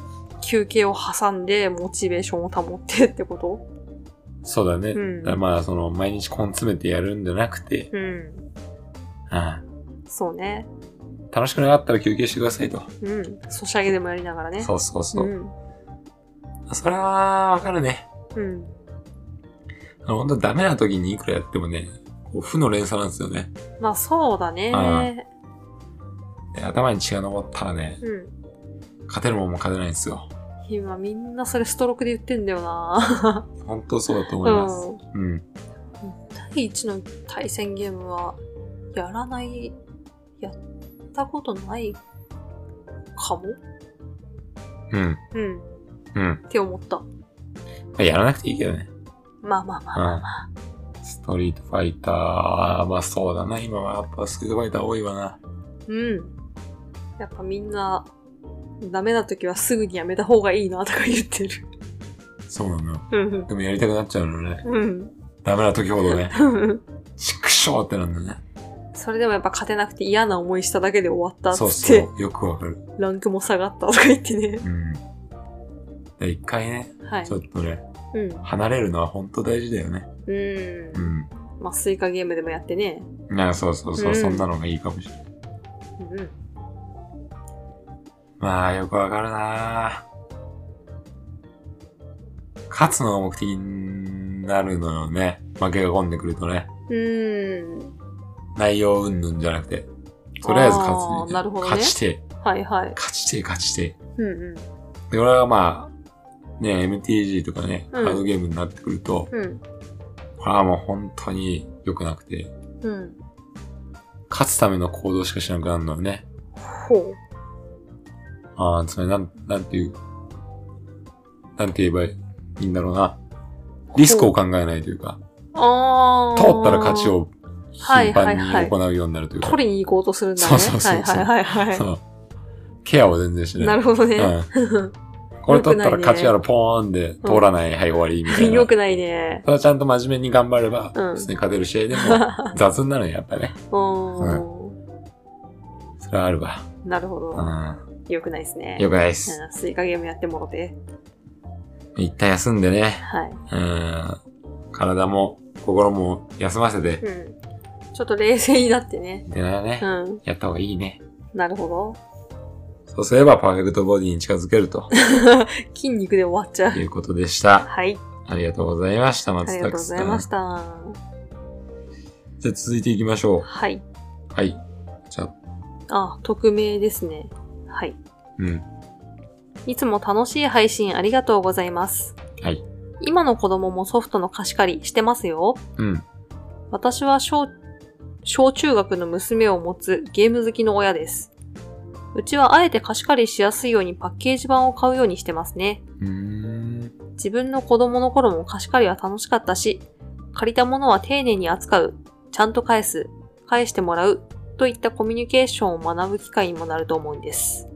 B: 休憩を挟んで、モチベーションを保ってってこと
A: そうだね。
B: うん
A: だからまあその、毎日根詰めてやるんじゃなくて、
B: うん。
A: うん。
B: そうね。
A: 楽しくなかったら休憩してくださいと。
B: うん。ソシャゲでもやりながらね。
A: そうそうそう。
B: ん。
A: それはわかるね。
B: うん。
A: あの本当ダメな時にいくらやってもね、こう負の連鎖なんですよね。
B: まあそうだね。
A: で頭に血が上ったらね、
B: うん。
A: 勝てるもんも勝てないんですよ。
B: 今みんなそれストロークで言ってんだよな。
A: 本当そうだと思
B: う
A: います。
B: ん。
A: うん。
B: 第一の対戦ゲームは、やらない、やったことないかも
A: うん。
B: うん。
A: うん。
B: って思った。
A: まあやらなくていいけどね。
B: まあまあまあまあまあ。
A: うん。ストリートファイター、まあそうだな。今はやっぱストリートファイター多いわな。
B: うん。やっぱみんな、ダメな時はすぐにやめた方がいいなとか言ってる。
A: そうなのよ。
B: うん。
A: でもやりたくなっちゃうのね。
B: うん。 [laughs]
A: ダメな時ほどね、ちくしょうってなんだね。
B: それでもやっぱ勝てなくて嫌な思いしただけで終わったっ
A: そう
B: つっ
A: そ
B: て、
A: う。よくわかる。
B: ランクも下がったとか言ってね。
A: うん。で一回ね、
B: はい
A: ち。ょっとね、
B: うん。
A: 離れるのは本当大事だよね。
B: う。
A: うんん。
B: まあ、スイカゲームでもやってね。
A: なあ、そうそうそう、
B: うん
A: そんなのがいいかもしれない。
B: うんうん。
A: まあ、よくわかるな勝つのが目的になるのよね。負けが込んでくるとね。
B: うーん。
A: 内容云々じゃなくて。とりあえず勝つ
B: あー
A: みたい
B: なるほどね
A: 勝ちて、
B: はいはい。
A: 勝ちて、勝ちて。
B: うんう
A: で、俺はまあ、ね、MTG とかね、カ
B: うん
A: ードゲームになってくると、
B: ん。うん。
A: これはもう本当に良くなくて、
B: うん。
A: 勝つための行動しかしなくなるのよね。
B: ほ
A: ああ、つまり、なん、なんていう、なんて言えばいいんだろうな。リスクを考えないというか、
B: う。ああ。
A: 通ったら勝ち。を頻繁に
B: はいはいはい
A: 行うようになるというか、
B: 取りに行こうとするんだね。
A: そうそうそうそう
B: はいはいはい
A: そ
B: は
A: う。ケアを全然し
B: い。
A: ない。
B: なるほどね。 [laughs]
A: うん。これ取ったら勝ちやろ、ポーンで通らない、はい、終わり、みたいな。
B: よくないね。
A: ただちゃんと真面目に頑張れば、
B: う
A: 普
B: ん
A: 通に勝てる試合でも
B: [laughs]
A: 雑になるね、やっぱね。
B: うーん。
A: それはあるわ。
B: なるほど。
A: う
B: よくないですね
A: ん。。よくないです。
B: うんスイカゲームやってもろて。
A: 一旦休んでね、
B: はい。
A: うん。体も心も休ませて、
B: うん。ちょっと冷静になってね。
A: でなね
B: う、ん。
A: やった方がいいね。
B: なるほど。 [laughs]
A: そうすればパーフェクトボディに近づけると
B: 筋肉で終わっちゃう。
A: いうことで
B: [laughs]
A: した。
B: はい。
A: ありがとうございました、
B: あ
A: 松
B: りがとう
A: 崎
B: ご
A: さ
B: ざ
A: ん。
B: いました。
A: じじゃあ続いていきましょ
B: はい。
A: う。はい。じゃあ、
B: あ、匿名ですね。はい。
A: うん。
B: いつも楽しい配信ありがとうございます。
A: はい。
B: 今の子供もソフトの貸し借りしてますよ。
A: うん。
B: 私は小、小中学の娘を持つゲーム好きの親です。うちはあえて貸し借りしやすいようにパッケージ版を買うようにしてますね。
A: うーん。
B: 自分の子供の頃も貸し借りは楽しかったし、借りたものは丁寧に扱う、ちゃんと返す、返してもらう、といったコミュニケーションを学ぶ機会にもなると思うんです。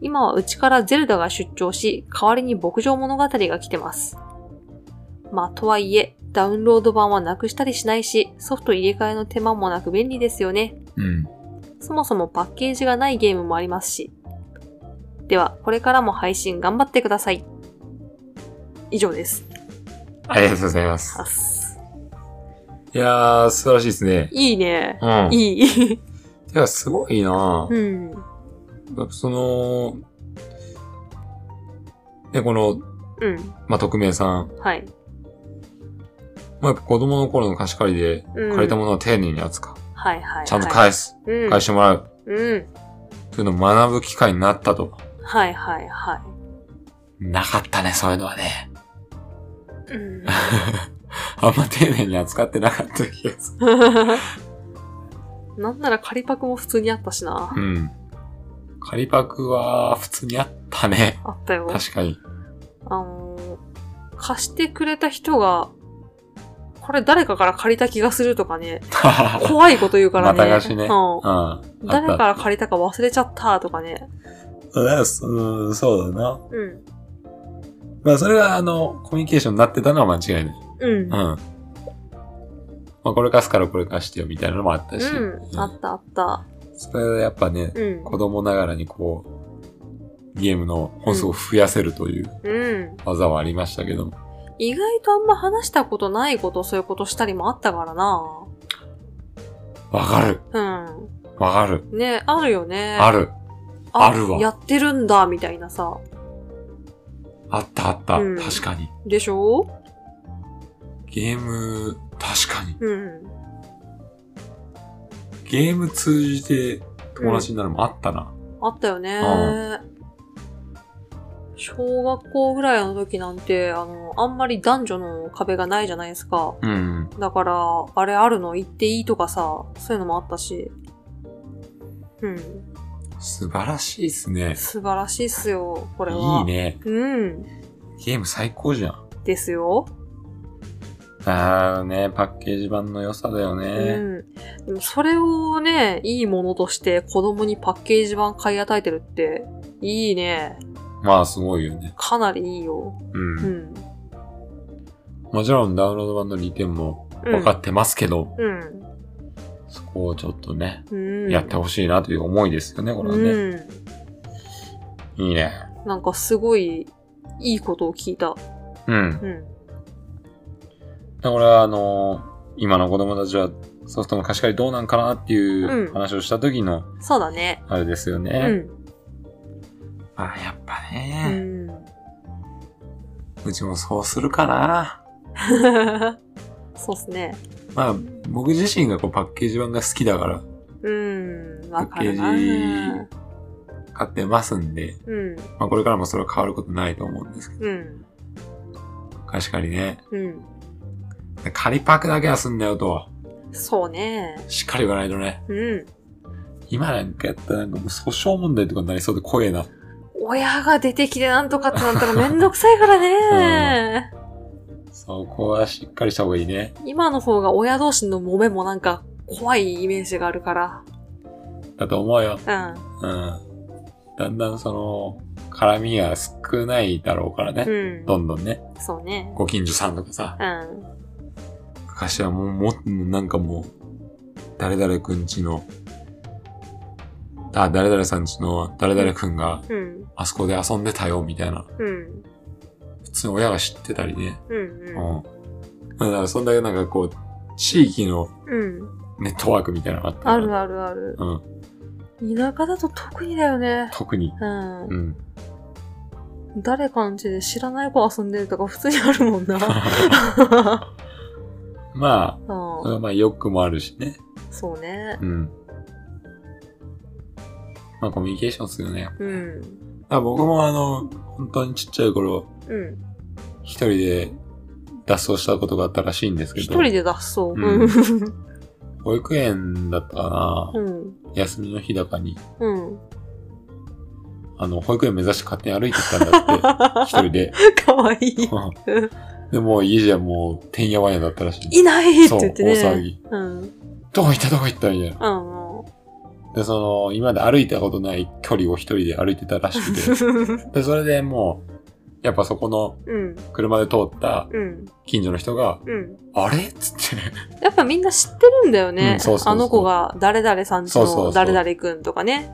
B: 今はうちからゼルダが出張し、代わりに牧場物語が来てます。まあ、とはいえ、ダウンロード版はなくしたりしないし、ソフト入れ替えの手間もなく便利ですよね。
A: うん。
B: そもそもパッケージがないゲームもありますし。では、これからも配信頑張ってください。以上です。
A: ありがとうございます。
B: あっす
A: いやー、素晴らしいですね。
B: いいね。
A: うん。い
B: いい。 [laughs]
A: や、すごいな
B: うん。
A: やっぱその、ね、この、
B: うん。
A: まあ、匿名さん。
B: はい。
A: まあ、やっぱ子供の頃の貸し借りで、
B: うん、
A: 借りたものは丁寧に扱う。
B: はいはい、はい。
A: ちゃんと返す。
B: うん。
A: 返してもらう。
B: うん。
A: というのを学ぶ機会になったと。
B: はいはいは
A: なかったね、そういうのはね。
B: い。うん。
A: [laughs]
B: [laughs]
A: あんま丁寧に扱ってなかった気がする。
B: なんなら仮パクも普通にあったしな。
A: うん。仮パクは普通にあった
B: [laughs]
A: ね。
B: あったよ。
A: 確かに。
B: あのー貸してくれた人が、これ誰かから借りた気がするとかね、怖いこと言うからね。
A: また貸しねう
B: うん。
A: ん。あった
B: 誰から借りたか忘れちゃったとかね。
A: うん、そうだな。
B: うん。
A: まあ、それが、あの、コミュニケーションになってたのは間違いない。
B: うん。
A: うん。まあ、これ貸すからこれ貸してよみたいなのもあったし。
B: うん。あったあった。
A: それはやっぱね、
B: うん。
A: 子供ながらにこう、ゲームの本数を増やせるという
B: うん。
A: 技はありましたけども。
B: 意外とあんま話したことないこと、そういうことしたりもあったからな。
A: わかる。
B: うん。
A: わかる。
B: ね、あるよね。
A: あ。る。あるわ
B: やってるんだ、みたいなさ。
A: あったあった。
B: うん
A: 確かに。
B: でしょ
A: ゲーム、確かに。
B: うん。
A: ゲーム通じて友達になるもあったな。
B: あったよね
A: う。
B: 小学校ぐらいの時なんて、あの、あんまり男女の壁がないじゃないですか。
A: うん。
B: だから、あれあるの言っていいとかさ、そういうのもあったし。うん。
A: 素晴らしいですね。
B: 素晴らしいっすよ、これは。
A: いい。ね。
B: うん。
A: ゲーム最高じゃん。
B: ですよ。
A: あーね、パッケージ版の良さだよね。
B: うん。でもそれをね、いいものとして子供にパッケージ版買い与えてるって、いいね。
A: まあ、すごいよね。
B: かなりいいよ。
A: うん。
B: うん。
A: もちろんダウンロード版の利点も分かってますけど、
B: うん。
A: そこをちょっとね、
B: うん。
A: やってほしいなという思いですよね、これはね。
B: うん。
A: いいね。
B: なんかすごいいいことを聞いた。
A: うん。
B: うん。
A: これはあのー今の子供たちはソフトの貸し借りどうなんかなっていう
B: うん
A: 話をした時の、
B: そうだね。
A: あれですよ
B: う
A: ね。
B: ん。
A: ああ、やっぱ
B: う
A: ね、
B: ん。
A: うちもそうするかな。
B: [laughs] そうっすね。
A: まあ、僕自身がこうパッケージ版が好きだから
B: うん。わかる
A: パ
B: な
A: ッケー買ってますんで、
B: うん。
A: まあこれからもそれは変わることないと思うんですけ
B: うん。
A: ど、貸し借りね。
B: うん。
A: 借りパクだけはすんだよとは、
B: そうね。
A: しっかり言わないとね。
B: うん。
A: 今なんかやったらなんかもう訴訟問題とかになりそうで怖えな。
B: 親が出てきてなんとかってなったらめんどくさいからね。
A: そこはしっかりした方がいいね。
B: 今の方が親同士の揉めもなんか怖いイメージがあるか
A: だと思うよ。
B: ら。
A: うん。だんだんその、絡みが少ないだろうから
B: う
A: ね。
B: ん。う
A: ど
B: ん。
A: んどんね。
B: そうね。
A: ご近所さんとかさ。
B: うん。
A: 昔はもう、も、なんかもう、誰々くんちの、あ、誰々さんちの誰々くんが
B: うん。
A: あそこで遊んでたよ、みたいな。
B: うん。
A: 普通に親が知ってたりね。
B: うん。
A: うん。
B: うん。
A: だからそんだけなんかこう、地域の
B: うん。
A: ネットワークみたいなのがあった
B: あ
A: から
B: るあるある。
A: うん。
B: 田舎だと特にだよね。
A: 特に。
B: うん。
A: うん。
B: [laughs] 誰かの家で知らない子遊んでるとか普通にあるもんな。
A: ま
B: う
A: あ、だからまあ欲もあるしね。
B: そうね。
A: うん。まあコミュニケーションっすよね。
B: うん。
A: だから僕もあの、本当にちっちゃい頃、
B: うん。
A: 一人で脱走したことがあったらしいんですけど。
B: 一人で脱走。
A: うん
B: う
A: 保育園だったかな、
B: ん。
A: 休みの日だかに、
B: うん。
A: あの、保育園目指して勝手に歩いてったんだって、一
B: [laughs]
A: 人で。 [laughs]
B: かわいい。
A: うんで、もう家じゃもう、てんやわんやだったらしい。
B: いないっ
A: そ
B: て
A: う、
B: 言って
A: 大騒
B: ね。
A: ぎ。
B: うん。うん。
A: どこ行ったどこ行ったみたいな。
B: うん。
A: で、その、今まで歩いたことない距離を一人で歩いてたらしくて。
B: [laughs]
A: で、それでもう、やっぱそこの
B: うん。
A: 車で通った
B: うん。
A: 近所の人が、
B: うん。
A: あれっつって [laughs] ね。
B: やっぱみんな知ってるんだよ
A: う
B: ね
A: んそうそう。そう
B: あの子が誰々さんち
A: そうそうそ
B: の
A: う
B: 誰々くんとかね。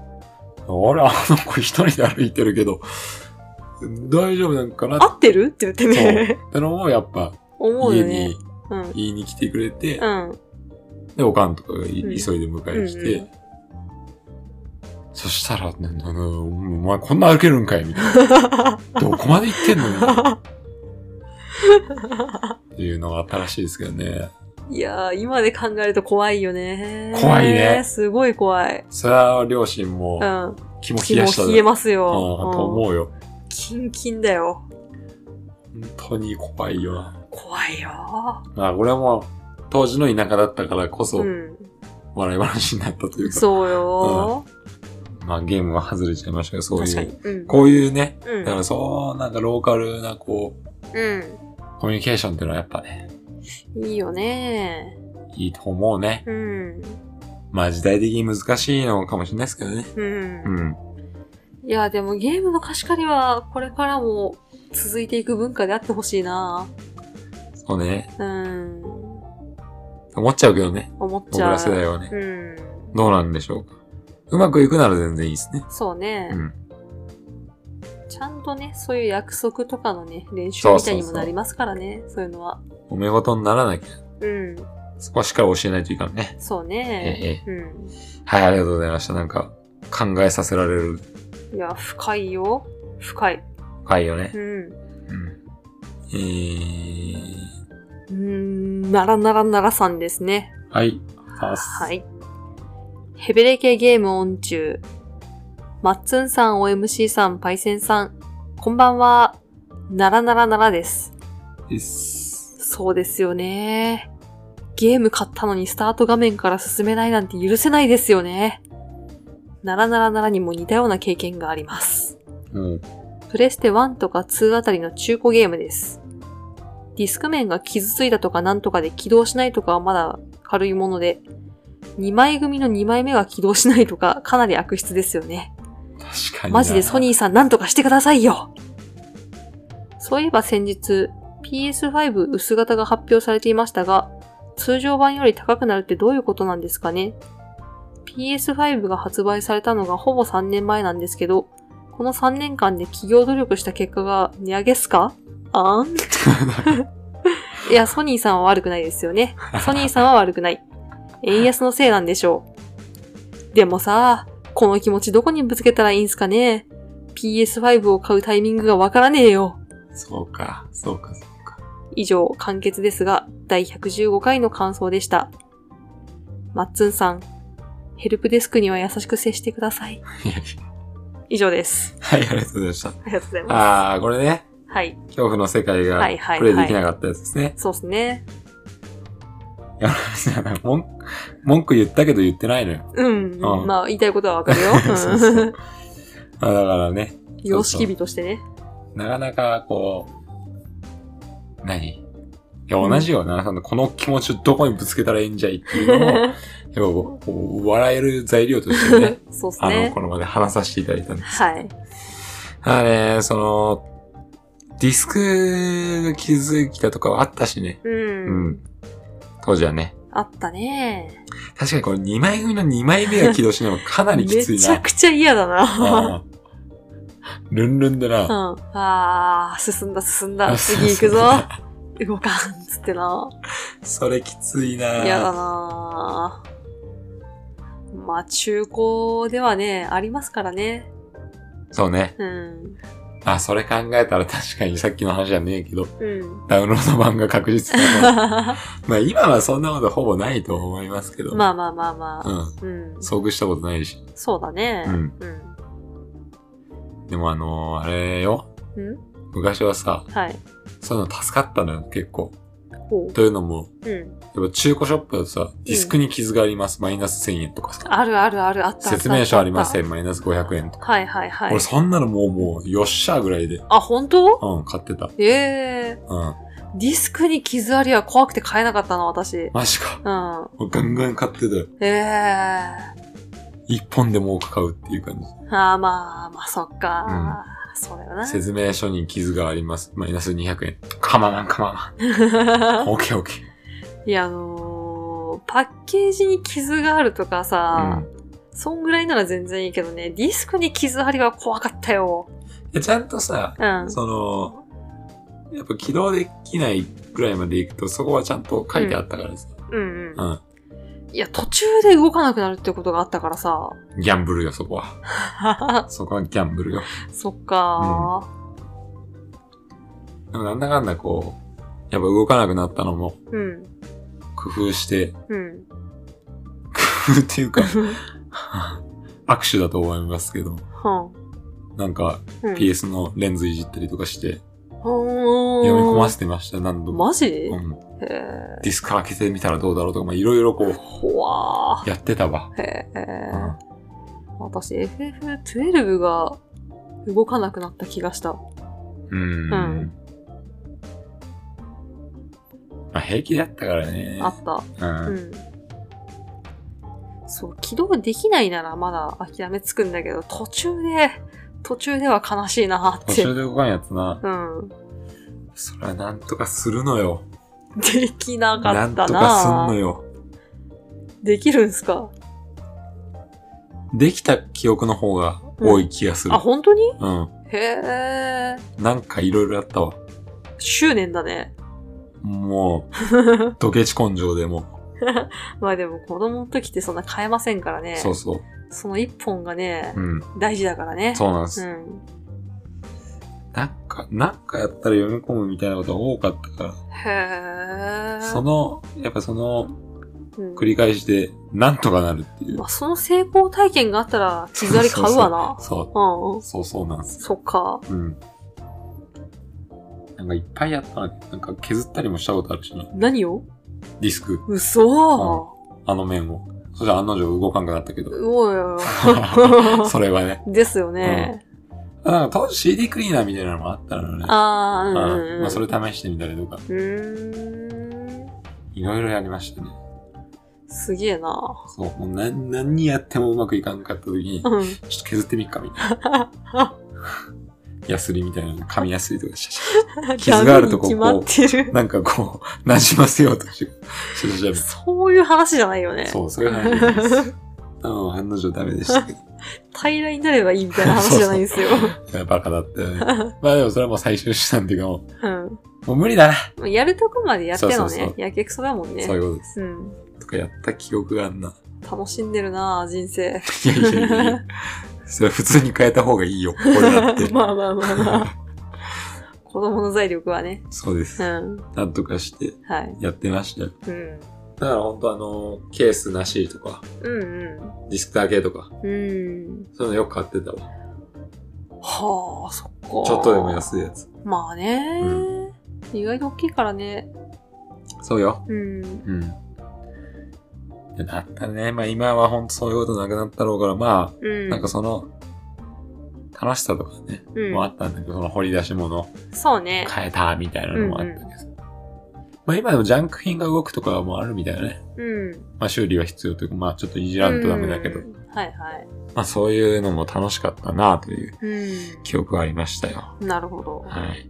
A: あれ、あの子一人で歩いてるけど、大丈夫なんかな
B: 合ってるって言ってね。
A: ってのも、やっぱ、
B: 思う
A: 家
B: よね
A: に。
B: うん。
A: 言いに来てくれて、
B: うん。
A: で、おかんとかがい、
B: うん
A: 急いで迎え来て、
B: うんう
A: そしたら、なななお前こんな歩けるんかいみたい
B: [laughs]
A: な。どこまで行ってんのみたいなっていうのがあったらしいですけどね。
B: いやー、今で考えると怖いよね。
A: 怖いね
B: すごい怖い。
A: それは両親も
B: うん。
A: 気も冷
B: 気も
A: やしただ
B: 冷えます
A: うん
B: よ。
A: と思うよ。
B: うんキンキンだよ。
A: 本当に怖いよな。
B: 怖いよ。
A: まあ、これはもう、当時の田舎だったからこそ、
B: ん。
A: 笑い話になったというか、
B: そうよ、
A: まあ、ゲームは外れちゃいましたけど、そう
B: 確か
A: い
B: に
A: う、。
B: うん。
A: こういうね、
B: う [laughs]
A: だからそう、なんかローカルな、こう、
B: ん。
A: コミュニケーションっていうのはやっぱね、
B: うん。いいよね。
A: いいと思うね。
B: うん。
A: まあ時代的に難しいのかもしれないですけどね。
B: うん。
A: うん。
B: いや、でもゲームの貸し借りは、これからも続いていく文化であってほしいな。
A: そうね。
B: うん。
A: 思っちゃうけどね。
B: 思っ
A: 僕
B: ちゃ
A: ら
B: う。
A: 世代はね。
B: うん。
A: どうなんでしょうか。うまくいくなら全然いいですね。
B: そうね、
A: うん。
B: ちゃんとね、そういう約束とかのね、練習
A: そうそう
B: み
A: そう
B: たいにもなりますからね、そういうのは。
A: おめ事にならなきゃ、
B: うん。
A: そこはしっかり教えないといかんね。
B: そうね。うん。
A: はい、ありがとうございました。なんか、考えさせられる
B: いや、深いよ。深い。
A: 回よね
B: う。ん。
A: うん。えー、
B: うーん、ならならならさんですね。
A: はい。パス。
B: はい。ヘベレケゲームオン中。マッツンさん、OMC さん、パイセンさん、こんばんは。ならならならです。
A: です。
B: そうですよね。ゲーム買ったのにスタート画面から進めないなんて許せないですよね。ならならならにも似たような経験があります。
A: うん。
B: プレステ1とか2あたりの中古ゲームです。ディスク面が傷ついたとかなんとかで起動しないとかはまだ軽いもので、2枚組の2枚目が起動しないとかかなり悪質ですよね。
A: 確かにな。
B: マジでソニーさんなんとかしてくださいよそういえば先日、PS5 薄型が発表されていましたが、通常版より高くなるってどういうことなんですかね ?PS5 が発売されたのがほぼ3年前なんですけど、この3年間で企業努力した結果が値上げっすかあんいや、ソニーさんは悪くないですよね。ソニーさんは悪くない。円安のせいなんでしょう。でもさ、この気持ちどこにぶつけたらいいんすかね ?PS5 を買うタイミングがわからねえよ。
A: そうか、そうか、そうか。
B: 以上、完結ですが、第115回の感想でした。マッツンさん、ヘルプデスクには優しく接してください。
A: いやいや [laughs]
B: 以上です。
A: はい、ありがとうございました。
B: ありがとうございま
A: あー、これね。
B: す。はい。
A: 恐怖の世界が
B: はいはいはい
A: プレイできなかったやつですね。
B: そうですね。
A: いや、文句文句言ったけど言ってないのよ。
B: うん。
A: うん。
B: まあ、言いたいことはわかるよ
A: [laughs] そうそう
B: うん
A: あだからね、
B: 様式美としてね。
A: なかなかこう、何いや、同じよな、そのこの気持ちをどこにぶつけたらいいんじゃいっていう
B: [laughs]
A: のを、やっぱこうこう笑える材料としてね、
B: そうです
A: あの、
B: ね
A: こ。の場で話させていただいたんです。
B: はい。
A: あれ、その、ディスクが傷ついたとかはあったしね。
B: うん。
A: うん。当時はね。
B: あったね。
A: 確かにこれ2枚組の2枚目が起動しないのはかなり
B: め
A: きついな。
B: ちゃくちゃ嫌だな。
A: うんルンルンで
B: う
A: な。
B: ん。ああ、進んだ進んだ。
A: あ
B: 次行くぞ。動かん。つってな。
A: それきついな。
B: 嫌だなぁまあ、中古ではね、ありますからね。
A: そうね。
B: うん。
A: あ、それ考えたら確かにさっきの話じゃねえけど、 [laughs]
B: うん。
A: ダウンロード版が確実
B: [laughs]
A: だなまあ今はそんなことほぼないと思いますけど。
B: まあまあまあまあ。
A: う
B: うん。
A: ん。遭遇したことないし。
B: そうだね。
A: うん。
B: うん。
A: でもあのーあれよ。
B: うん
A: 昔はさ、
B: はい。
A: そういうの助かったのよ、結構。
B: ほ
A: というのも、
B: う。うん。
A: やっぱ中古ショップだとさ、ディスクに傷があります、マイナス1000円とかさ。
B: あるあるある、あった。
A: 説明書ありませ
B: ん。
A: ん、マイナス500円とか。
B: はいはいはい
A: 俺。そんなのもうもう、よっしゃーぐらいで、
B: あ、本当
A: うん、買ってた。うん。
B: ええディスクに傷ありは怖くて買えなかったな、私。
A: マジか。
B: うん。
A: もうガンガン買ってたよ。
B: ええ
A: 一本でも多く買うっていう感じ。
B: ああ、まあ、まあ、そっか。そうだよな。
A: 説明書に傷があります。マイナス200円。かまなんかま
B: [laughs]
A: なん。オッケーオッケ
B: いや、あのーパッケージに傷があるとか
A: ー。う
B: さ、
A: ん
B: そんぐらいなら全然いいけどね、ディスクに傷ありは怖かったよ。
A: いや。ちゃんとさ、
B: うん。
A: その、やっぱ起動できないぐらいまで行くと、そこはちゃんと書いてあったからさ。
B: うん
A: う。
B: うんん。いや、途中で動かなくなるってことがあったからさ。
A: ギャンブルよ、そこは。
B: [laughs]
A: そこはギャンブルよ。
B: そっか
A: でもなんだかんだこう、やっぱ動かなくなったのも
B: ー。うん。
A: 工夫して、
B: うん。
A: 工夫っていうか、 [laughs] 握手だと思いますけど、
B: は
A: なんか
B: ん。うん。
A: PS のレンズいじったりとかして、
B: ほー
A: 読み込ませてました、何度も。
B: マジ、へ
A: うん、
B: え。
A: ディスク開けてみたらどうだろうとか、まあ、いろいろこう、
B: ほわ
A: やってたわ。
B: ー。へえ
A: う。ん
B: 私、FF12 が動かなくなった気がした。
A: うーん。
B: うん
A: まあ、平気だったからね。
B: あった。
A: うん。
B: うん。そう、起動できないならまだ諦めつくんだけど、途中で、途中では悲しいなっ
A: 途
B: て
A: 中。で動かんやつな。
B: うん。
A: それはなんとかするのよ。
B: できなか
A: な
B: っ
A: ん
B: た
A: と
B: な
A: かすんのよ。
B: できるんすか
A: できた記憶の方が多い気がする
B: あ、。本当に
A: うん。
B: へえ。
A: なんかいろいろやったわ。
B: 執念だね。
A: もう、ドケチ根性でも
B: まあでも子供の時ってそんな買えませんから
A: う。
B: [laughs] ね。
A: そうそう。
B: その一本がね
A: う、ん。
B: 大事だからね。
A: そうなんです。
B: ん。
A: なんか、なんかやったら読み込むみたいなことが多かったか
B: へえ。
A: ら、その、やっぱその、
B: うん
A: 繰り返しで、なんとかなるっていう
B: ま。あ、その成功体験があったら、傷あり買うわな。
A: そう。
B: うん。
A: そうそうなんです。
B: そっか。
A: うん。なんかいっぱいやったな。なんか削ったりもしたことあるしな。
B: 何を
A: ディスク、
B: 嘘、
A: あの面を。そしたら案の定動かんくなったけど。
B: うおいおい
A: [laughs] それはね。
B: おい。 [laughs] ですよね。
A: なんか当時 CD クリーナーみたいなのもあったのね。
B: ああ、うん
A: う
B: うんん。
A: まあ、それ試してみたりとか、
B: うーん。
A: いろいろやりましたね。
B: すげえな。
A: そう、もう何、何やってもうまくいかんかった時に、ちょ
B: うん。
A: っと削ってみっか、みたいな。ヤスリみたいな、紙ヤスリとかシャシャシ [laughs] 傷があるとこ
B: ダメに決まって
A: ャ。
B: る。
A: なんかこう、馴染ませようとして、シャシャシ
B: そういう話じゃないよね
A: ャ。。そう、そういう話なんです。うん、案の定ダメでしたけ
B: 平らになればいいみたいな話じゃないんですよ。
A: ど。バカだったよね。まあでもそれはもう最終手段っていうかも
B: うん
A: う、もう無理だな、
B: まあ。やるとこまでやって
A: そ
B: の
A: うそうそう
B: ね。やけくそだもんね
A: そう。いうことです。
B: うん。
A: とかやった記憶があんな。
B: 楽しんでるな人生。
A: いやいやいやいや。それは普通に変えた方がいいよ。これだって。
B: [laughs] まあまあまあまあ。子供の財力はね。
A: そうで
B: う
A: す。
B: ん。
A: なんとかして
B: はい。
A: やってましたよ。
B: うん。
A: だから本当あの、ケースなしとか、
B: うん
A: ディスクだけとか、
B: うん。うん。
A: そういうのよく買ってたわ。
B: はあ、そっか。
A: ちょっとでも安いやつ。
B: まあね、
A: う
B: 意外と大きいからね。
A: そうよ。
B: うん。
A: うん。いやだったね。まあ今は本当そういうことなくなったろうから、ま
B: う
A: あ、
B: ん。
A: なんかその、楽しさとかね、
B: うん
A: もあったんだけど、その掘り出し物
B: そうね。
A: 変えたみたいなのもあったけど。まあ今でもジャンク品が動くとかもあるみたいなね。
B: うん。
A: まあ修理は必要というか、まあちょっといじらんとダメだけど、
B: うんはいはい。
A: まあそういうのも楽しかったなという
B: う
A: 記憶がありましたよ。
B: ん。なるほど。
A: はい。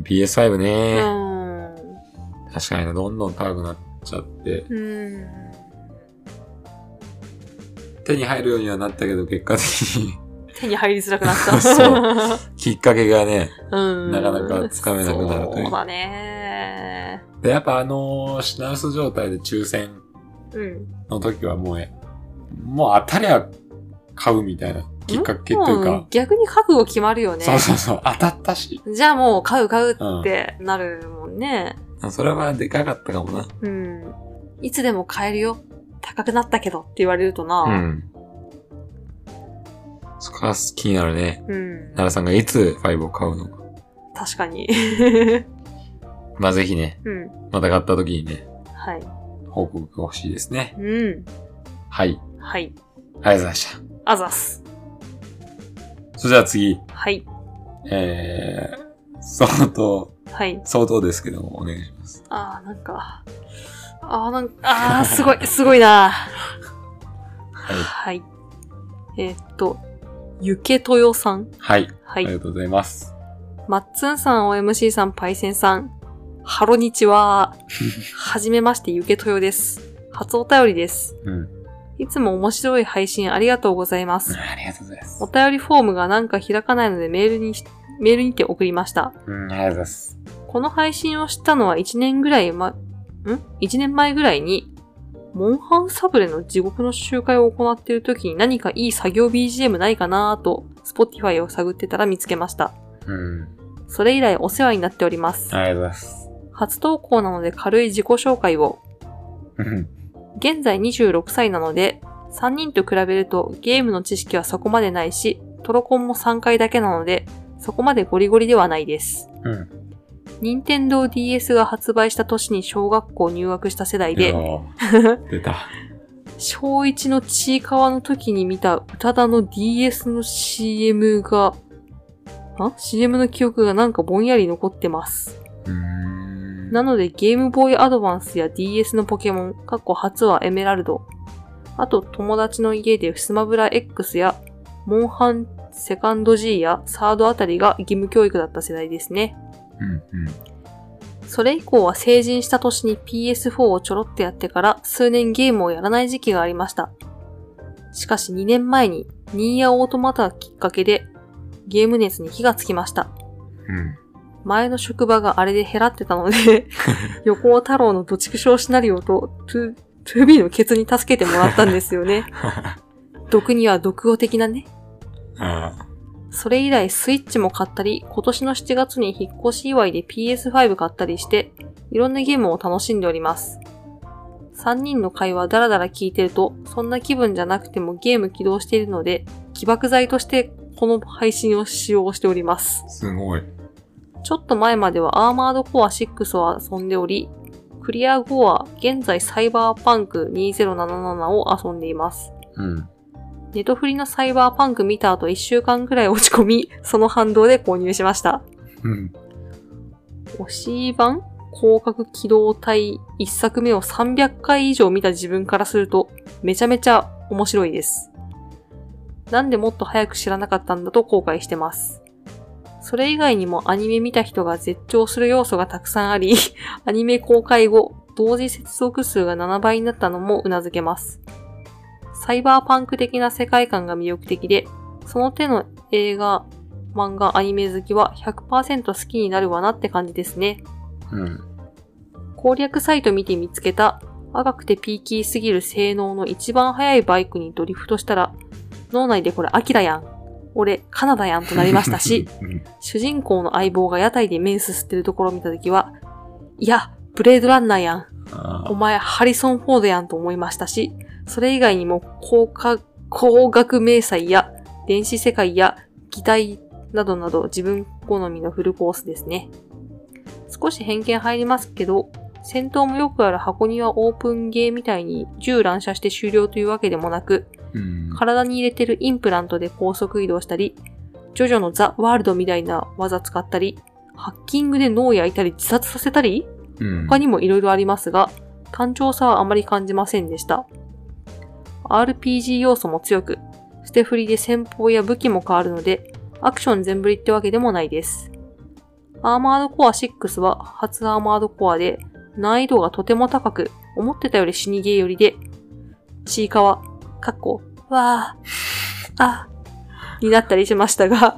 A: PS5
B: う
A: ね、
B: ん。
A: 確かにどんどん高くなっちゃって、
B: うん。
A: 手に入るようにはなったけど、結果的に [laughs]
B: 手に入りづらくなった。
A: そきっかけがね、
B: [laughs] うん。
A: なかなかつかめなくなるという
B: そうだね。
A: でやっぱあのー品薄状態で抽選
B: うん。
A: の時はもうね、もう当たりゃ買うみたいなきっかけという
B: う
A: か
B: ん、逆に覚悟決まるよね。
A: そうそうそう、当たったし。
B: じゃあもう買う買うってなるもんね。
A: それはでかかったかもな。
B: うん。いつでも買えるよ。高くなったけどって言われると
A: う
B: な。
A: ん。そこは気になるね。
B: うん。
A: 奈良さんがいつ5を買うのか。
B: 確か [laughs] に。
A: まあぜひね、
B: うん。
A: また買った時にね、
B: はい。
A: 報告が欲しいですね。
B: うん。
A: はい。
B: は
A: あ
B: い。
A: りがとうございまし
B: あざっす。
A: た。それでは次、
B: はい。
A: えー、相当、
B: はい。
A: 相当ですけども、お願いします。
B: あー、なんか。あー、なんか、あー、すご [laughs] い、すごいな。
A: はい。
B: はい。えーっと、ゆけとよさん。
A: はい。
B: は
A: あ
B: い。
A: りがとうございます。
B: マッツンさん、OMC さん、パイセンさん。ハロニチは。 [laughs] はじめまして、ゆけとよです。初お便りです。
A: うん。
B: いつも面白い配信ありがとうござい
A: う
B: ま
A: ん
B: す。
A: ありがとうございます
B: お。便りフォームがなんか開かないのでメールにし、メールにて送りました。
A: うん、ありがとうございます。
B: この配信を知ったのは1年ぐらいま、ん ?1 年前ぐらいに、モンハンサブレの地獄の集会を行っている時に何かいい作業 BGM ないかなぁと、Spotify を探ってたら見つけました。
A: うん。
B: それ以来お世話になっております。
A: ありがとうございます。
B: 初投稿なので軽い自己紹介を。
A: うん
B: 現在26歳なので、3人と比べるとゲームの知識はそこまでないし、トロコンも3回だけなので、そこまでゴリゴリではないです。
A: うん。
B: 任天堂 d s が発売した年に小学校入学した世代
A: いや
B: で、
A: ー [laughs] 出た。
B: 小1のちいかわの時に見た宇多田の DS の CM が、あ ?CM の記憶がなんかぼんやり残ってます。
A: うーん。
B: なのでゲームボーイアドバンスや DS のポケモン、過去初はエメラルド、あと友達の家でスマブラ X やモンハンセカンド G やサードあたりが義務教育だった世代ですね。
A: うん、うん。
B: それ以降は成人した年に PS4 をちょろっとやってから数年ゲームをやらない時期がありました。しかし2年前にニーヤオートマタがきっかけでゲーム熱に火がつきました。
A: うん。
B: 前の職場があれで減らってたので、横尾太郎の土畜生シナリオと 2- 2B のケツに助けてもらったんですよね。毒には毒語的なね。
A: あ
B: それ以来スイッチも買ったり、今年の7月に引っ越し祝いで PS5 買ったりして、いろんなゲームを楽しんでおります。3人の会話だらだら聞いてると、そんな気分じゃなくてもゲーム起動しているので、起爆剤としてこの配信を使用しております
A: ー。すごい。
B: ちょっと前まではアーマードコア6を遊んでおり、クリア後は現在サイバーパンク2077を遊んでいます。
A: うん。
B: ネトフリのサイバーパンク見た後1週間くらい落ち込み、その反動で購入しました。
A: うん。
B: 推し版広角機動隊1作目を300回以上見た自分からすると、めちゃめちゃ面白いです。なんでもっと早く知らなかったんだと後悔してます。それ以外にもアニメ見た人が絶頂する要素がたくさんあり、 [laughs] アニメ公開後、同時接続数が7倍になったのも頷けます。サイバーパンク的な世界観が魅力的で、その手の映画、漫画、アニメ好きは100%好きになるわなって感じですね。
A: うん。
B: 攻略サイト見て見つけた、赤くてピーキーすぎる性能の一番速いバイクにドリフトしたら、脳内でこれアキラやん。俺、カナダやんとなりました
A: [laughs]
B: し、
A: うん。
B: 主人公の相棒が屋台でメンス吸ってるところを見たときは、いや、ブレードランナーやん。
A: あ
B: お
A: ー
B: 前、ハリソン・フォードやんと思いましたし、それ以外にも、高価、高額明細や、電子世界や、擬態などなど自分好みのフルコースですね。少し偏見入りますけど、戦闘もよくある箱庭オープンゲーみたいに銃乱射して終了というわけでもなく、
A: うん。
B: 体に入れてるインプラントで高速移動したり、ジョジョのザ・ワールドみたいな技使ったり、ハッキングで脳を焼いたり自殺させたり
A: うん
B: 他にもいろいろありますが、単調さはあまり感じませんでした。RPG 要素も強く、捨て振りで戦法や武器も変わるので、アクション全振りってわけでもないです。アーマードコア6は初アーマードコアで、難易度がとても高く、思ってたより死にゲー寄りで、ちいかわ、かっこ、わー、あ、になったりしましたが、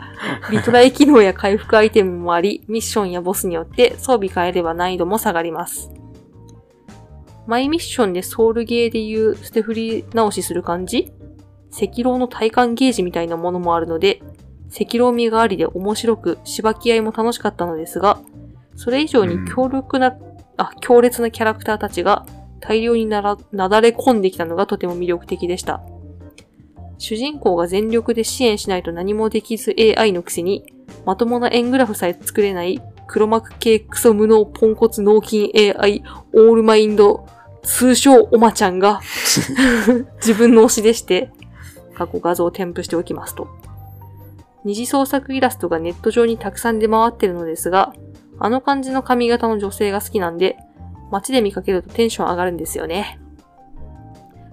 B: リトライ機能や回復アイテムもあり、ミッションやボスによって装備変えれば難易度も下がります。マイミッションでソウルゲーでいう捨て振り直しする感じ赤狼の体感ゲージみたいなものもあるので、赤狼味がありで面白く、しばき合いも楽しかったのですが、それ以上に強力な、あ、強烈なキャラクターたちが大量になら、なだれ込んできたのがとても魅力的でした。主人公が全力で支援しないと何もできず AI のくせに、まともな円グラフさえ作れない黒幕系クソ無能ポンコツ脳筋 AI オールマインド通称おまちゃんが自分の推しでして過去画像を添付しておきますと二次創作イラストがネット上にたくさん出回ってるのですがあの感じの髪型の女性が好きなんで街で見かけるとテンション上がるんですよね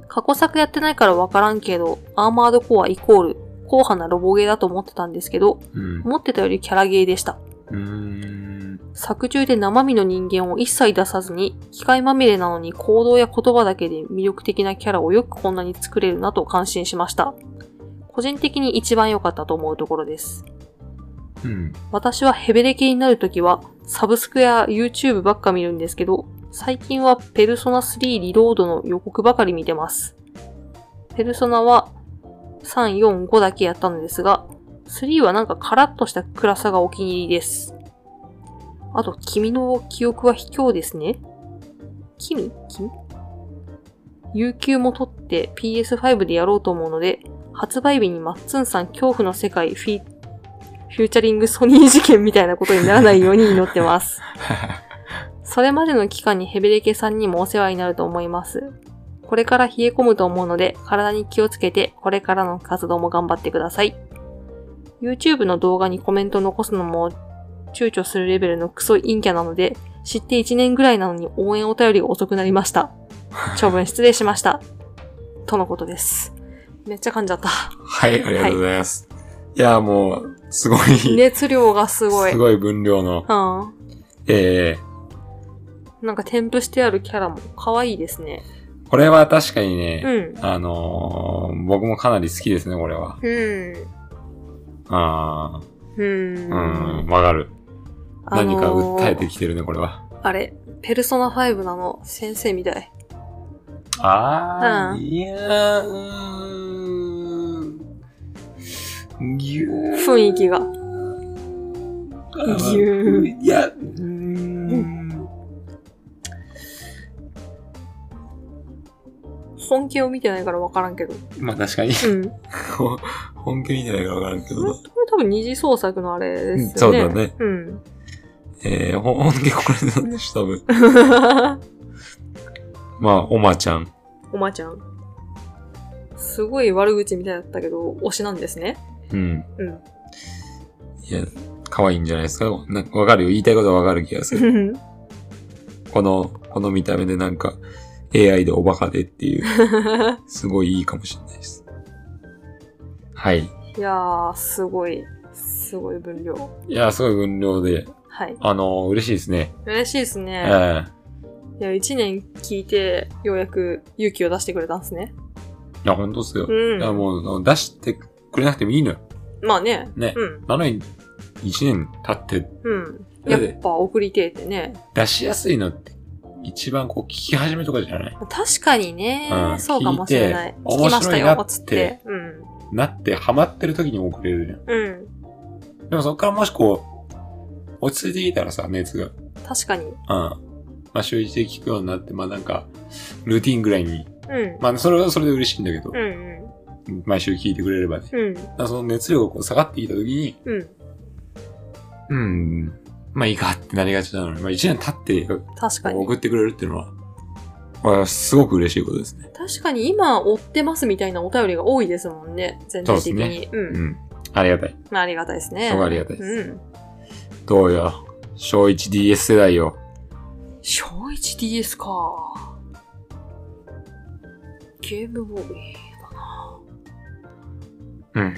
B: 過去作やってないからわからんけどアーマードコアイコール硬派なロボゲーだと思ってたんですけど
A: うん。
B: 思ってたよりキャラゲーでした
A: うーん。
B: 作中で生身の人間を一切出さずに、機械まみれなのに行動や言葉だけで魅力的なキャラをよくこんなに作れるなと感心しました。個人的に一番良かったと思うところです。
A: うん。
B: 私はヘベレケになるときは、サブスクや YouTube ばっか見るんですけど、最近はペルソナ3リロードの予告ばかり見てます。ペルソナは3、4、5だけやったのですが、3はなんかカラッとした暗さがお気に入りです。あと、君の記憶は卑怯ですね。君君有給も取って PS5 でやろうと思うので、発売日にマッツンさん恐怖の世界フィフューチャリングソニー事件みたいなことにならないように祈っ
A: [laughs]
B: てます。それまでの期間にヘベレケさんにもお世話になると思います。これから冷え込むと思うので、体に気をつけて、これからの活動も頑張ってください。YouTube の動画にコメント残すのも躊躇するレベルのクソ陰キャなので、知って1年ぐらいなのに応援お便りが遅くなりました。長文失礼しました。とのことです。めっちゃ噛んじゃ
A: [laughs]
B: った。
A: はい、ありがとうございます。い、や、もう、すごい、
B: 熱量がすごい。
A: す
B: い。
A: ごい分量の、
B: うん。
A: ええ
B: なんか添付してあるキャラも可愛いですね。
A: これは確かにね、
B: うん。
A: あのー僕もかなり好きですね、これは。
B: うん。
A: あ
B: うん。
A: あ、うん、わかる。
B: あのー
A: 何か訴えてきてるね、これは。
B: あれ、ペルソナ5なの先生みたい。
A: ああ、
B: うん
A: いやー、うーん、ぎゅー。
B: 雰囲気がぎゅ
A: ー。いや、うーん。
B: 本気を見てないから分からんけど。
A: まあ確かに、
B: うん。こ
A: こう本気みたいなのからわからんけど、
B: れ多分二次創作のあれです
A: そ
B: よ
A: う
B: ね。
A: だね。
B: うん。 [laughs]
A: えー、ほ本気これなんでしょ、多分。まあ、おまちゃん。
B: おまちゃん。すごい悪口みたいだったけど、推しなんですね。 [laughs]
A: うん。
B: うん。
A: いや、可愛いんじゃないですか。なわかるよ。言いたいことはわかる気がする。この、この見た目でなんか、AI でおバカでって
B: [laughs]
A: いう、すごいいいかもしれないです。はい。い
B: いやー、すごい。すごい分量。
A: や、すごい分量で、
B: はい。
A: あの嬉しいですね。
B: 嬉しいです
A: え
B: ね。
A: え
B: いや、一年聞いて、ようやく勇気を出してくれたんですね。
A: いや、ほんとっすよ。
B: う
A: い
B: ん。
A: や、もうあの、出してくれなくてもいいのよ。
B: まあね。
A: ね
B: うん。
A: なのに、1年経って、
B: うん。
A: だ
B: や
A: っ
B: ってぱ送りてえってね。
A: 出しやすいのって、一番こう、聞き始めとかじゃない
B: 確かにね。
A: うん
B: そうかもしれない。
A: 聞いて
B: 聞きました
A: 面白いな
B: よ、
A: っ
B: つって
A: て。
B: うん。
A: なって、ハマってる時に遅れるじゃ
B: うん。
A: ん。でもそっからもしこう、落ち着いてきたらさ、熱が。
B: 確かに。う
A: う
B: ん。
A: ん。まあ、週一で聞くようになって、まあなんか、ルーティンぐらいに。まあ、それはそれで嬉しいんだけど
B: う、ん
A: 毎週聞いてくれればね。だか
B: うん。
A: らその熱量がこう下がってきた時に、
B: うん。うん。
A: うん、まあいいかってなりがちなのに、まあ一年経って
B: 確かに。
A: 送ってくれるっていうのは、まあ、すごく嬉しいことですね。
B: 確かに今追ってますみたいなお便りが多いですもんね。全体的
A: そう
B: に。う。
A: うんん。ありがたい。
B: まあありがたいですね。
A: すごいありがたいです。
B: うん。
A: どうよ。小 1DS 世代よ。
B: 小 1DS か。ゲームボーイ。
A: うん。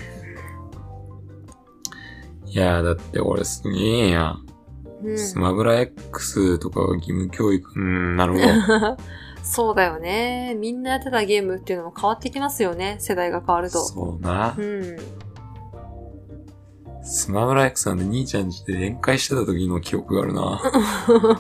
A: いやー、だって俺すげえやん。
B: うん。
A: スマブラ X とかが義務教育。うん、なるほど。
B: そうだよね。みんなやってたゲームっていうのも変わってきますよね。世代が変わると。
A: そうな
B: う。ん。
A: スマブラ X なんで兄ちゃんちで宴会してた時の記憶があるな。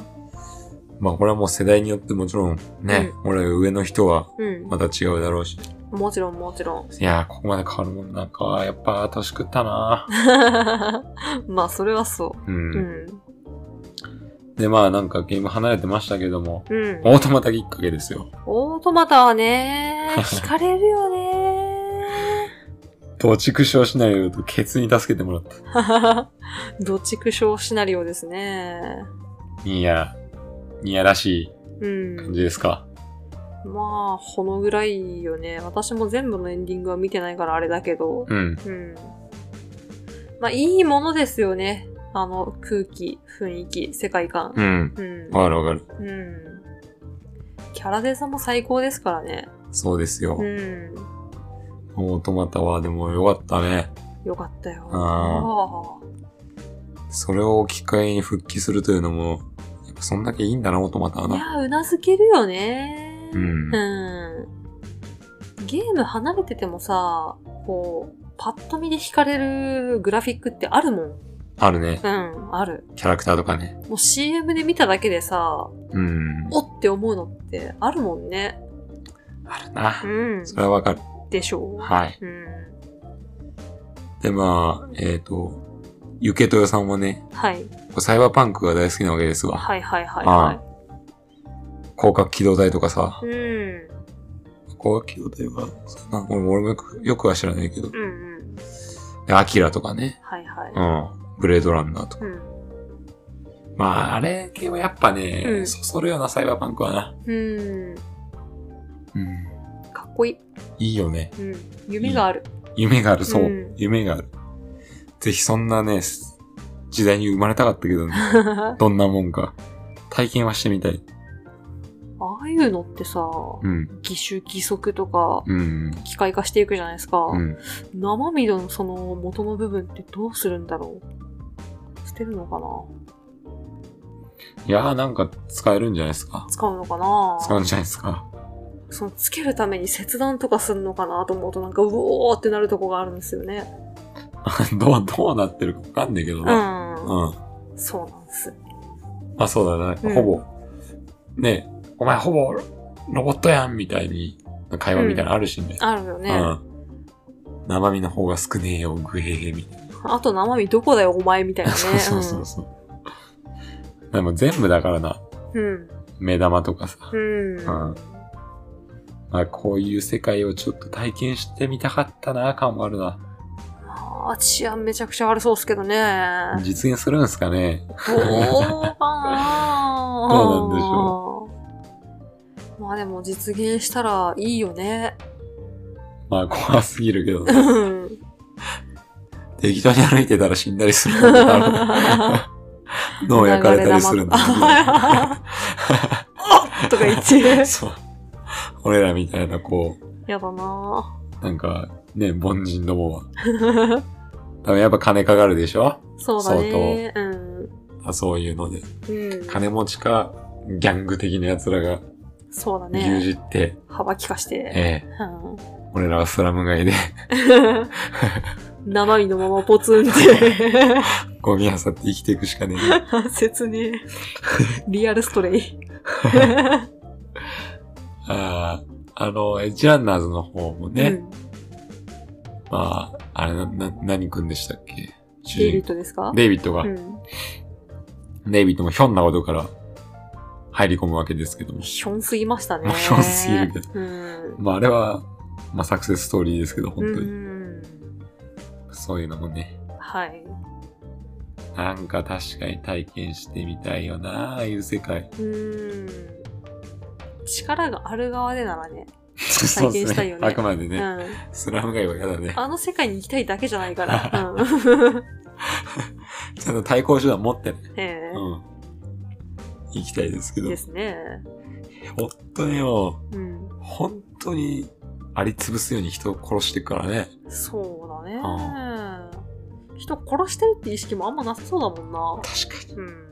A: まあこれはもう世代によってもちろんね、俺より上の人は
B: うん。
A: また違うだろうし。
B: もちろんも
A: [laughs]
B: ちろん。
A: いやー、ここまで変わるもんなんか、やっぱ年食ったな
B: まあ、それはそ
A: ーうん
B: う。う。ん。
A: で、まあなんかゲーム離れてましたけども、
B: うん。
A: オートマタきっかけですよ。
B: オートマタは
A: [laughs]
B: ね、惹かれるよね。
A: 土畜生シナリオとケツに助けてもらった。
B: どっちくしょうシナリオですね。
A: ニーヤ、ニーヤらし
B: う
A: い感
B: ん。
A: じですか。
B: まあ、このぐらいよね。私も全部のエンディングは見てないからあれだけど。
A: うん。
B: うん。まあ、いいものですよね。あの、空気、雰囲気、世界観。
A: うん。
B: うん。
A: わかるわかる。
B: うん。キャラデザも最高ですからね。
A: そうですよ
B: う。ん。
A: オートマタはでもよかったね。
B: よかったよ。
A: あそれを機会に復帰するというのも、やっぱそんだけいいんだな、オートマタは
B: ああい
A: な。
B: や、うなずけるよね。
A: うん
B: うんゲーム離れててもさ、こう、パッと見で惹かれるグラフィックってあるもん。
A: あるね。
B: うん、ある。
A: キャラクターとかね。
B: もう CM で見ただけでさ、
A: うん。
B: おって思うのってあるもんね。
A: あるな
B: う。ん。
A: それはわかる。
B: でしょ
A: はい。
B: う。うん。
A: で、まあ、えっ、と、ゆけとよさんはね、
B: はい。
A: サイバーパンクが大好きなわけですわ。
B: はいはいはい
A: あ
B: は
A: 広角機動隊とかさ
B: い。。うん。
A: 広角機動隊は、そんな俺も俺もよくよくは知らないけど。
B: うんうん。
A: でアキラとかね。
B: はいはい。
A: うん。ブレードランナーとか。
B: うん。
A: まあ、あれ系はやっぱね、
B: うん
A: そそるようなサイバーパンクはな。
B: うん。
A: うん。
B: かっこいい。
A: いいよね。
B: うん。夢がある。
A: 夢がある、そう。
B: うん
A: 夢がある。ぜひそんなね、す時代に生まれたかったけ [laughs] どね。
B: あ
A: どんなもんか。体験はしてみたい。
B: あいうのってさ、
A: うん。
B: 義手義足とか、
A: うん。
B: 機械化していくじゃないですか。
A: うん。
B: 生身のその元の部分ってどうするんだろう捨てるのかない
A: やーなんか使えるんじゃないですか。
B: 使うのかな
A: 使うんじゃないですか。 [laughs]
B: そのつけるために切断とかするのかなと思うとなんかうおーってなるとこがあるんですよね。
A: どう、どうなってるかわかんないけど
B: う
A: な。
B: ん。
A: うん。
B: そうなんです。
A: まあそうだな。
B: うん
A: ほぼ、ねえ、お前ほぼロボットやんみたいに、会話みたいなのあるしね。
B: あるよ
A: う
B: ね。
A: ん。生身の方が少ねえよ、グヘヘみたい
B: あと生身どこだよお前みたいな
A: な。
B: ね。
A: そうそうそうそう。でも全部だからな。
B: うん。
A: 目玉とかさ。
B: うん。
A: うんまあこういう世界をちょっと体験してみたかったな、感もあるな。
B: ああ、治安めちゃくちゃ悪そうっすけどね。
A: 実現するんすかね。
B: どうか
A: どう
B: な
A: なんでし
B: ょう。まあでも実現したらいいよね。
A: まあ怖すぎる
B: [laughs]
A: けど
B: う。ん
A: 適当に歩いてたら死んだりするんだろう
B: [laughs]
A: な脳焼かれたりするんだろうな
B: とか言って。
A: そう。俺らみたいな、こ
B: やだな
A: う、なんか、ね、凡人どもは。
B: ぁ
A: 多分やっぱ金かかるでしょ
B: そうだね。うん。
A: あそういうので。
B: うん。
A: 金持ちか、ギャング的な奴らが
B: そうだ
A: 牛
B: ね。
A: 耳って、
B: 幅利かして。
A: ええ
B: うん
A: 俺らはスラム街で
B: 生身のままポツン
A: [laughs]
B: って。
A: ゴミ漁って生きていくしかねえ。
B: [laughs] 切ねえ。リアルストレイ。
A: ああ、あの、エッジランナーズの方もね、
B: うん。
A: まあ、あれな、な、何君でしたっけ主
B: デイビ
A: 人
B: ットですか
A: デイビッドが、
B: うん。
A: デイビッドもひょんなことから入り込むわけですけども。
B: ひょんすぎましたね。
A: ひょんすぎるけ
B: うん。
A: まあ、あれは、まあ、サクセスストーリーですけど、本当に。
B: うん。
A: そういうのもね。
B: はい。
A: なんか確かに体験してみたいよな、ああいう世界。
B: うん。力がある側でならね。
A: 体
B: 験したいよね
A: あくまで
B: う
A: ね、
B: ん。
A: スラム街は嫌だね。
B: あの世界に行きたいだけじゃな
A: [laughs]
B: いから。うん。
A: ちゃんと対抗手段持ってね。
B: え
A: うん。行きたいですけ
B: え
A: ど
B: で。すね。
A: 本当によ、
B: うん。
A: 本当に、ありつぶすように人を殺していくからね。
B: そうだね。人殺してるって意識もあんまなさそうだもんな。
A: 確かに。
B: うん。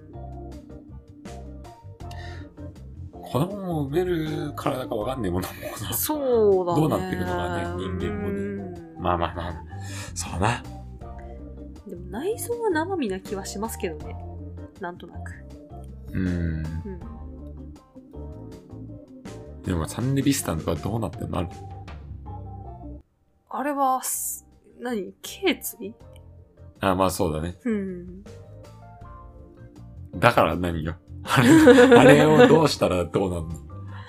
A: 子供も産める体かわかんねえものもな。
B: そうだね。
A: どうなっていくのかね人間もね
B: うん
A: まあまあまあ。そうな。
B: でも内臓は生身な気はしますけどね。なんとなく。
A: うん。
B: うん。
A: でもサンデビスタンとかどうなってんのある
B: あれは、す何頸椎
A: あ、まあそうだね。
B: うん。
A: だから何よ。あれ、
B: [laughs]
A: あれをどうしたらどうなんの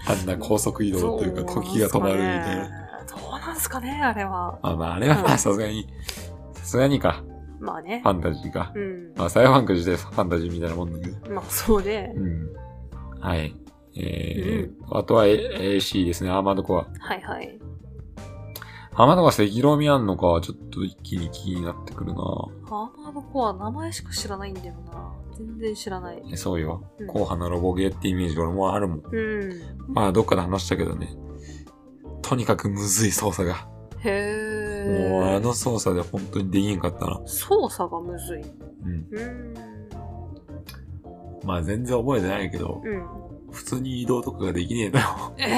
A: あんな高速移動というか、
B: ど
A: 時が止まるみたい
B: なん
A: な。
B: すかね。どうなんすかね、あれは。
A: まあまあ、あれはま
B: う
A: あ
B: ん
A: さすがに、さすがにか。
B: まあね
A: フ。ァンタジーか。
B: うん。
A: まあ、サイバーパンク自体ファンタジーみたいなもんだけど。
B: まあ、そうで
A: う。ん。はい。えーあとは A- AC ですね、アーマードコア。
B: はいはい。
A: アーマードコア赤色味あんのか、ちょっと一気に気になってくるな
B: アーマードコア、名前しか知らないんだよな。全然知らない。
A: えそうよ。
B: うん
A: 後半のロボゲーってイメージ俺もあるもん。
B: うん。
A: まあ、どっかで話したけどね。とにかくむずい操作が。
B: へえ。
A: もうあの操作で本当にできんかったな。
B: 操作がむずい。
A: うん。
B: うん。
A: まあ全然覚えてないけど、
B: うん。
A: 普通に移動とかができねえな。
B: え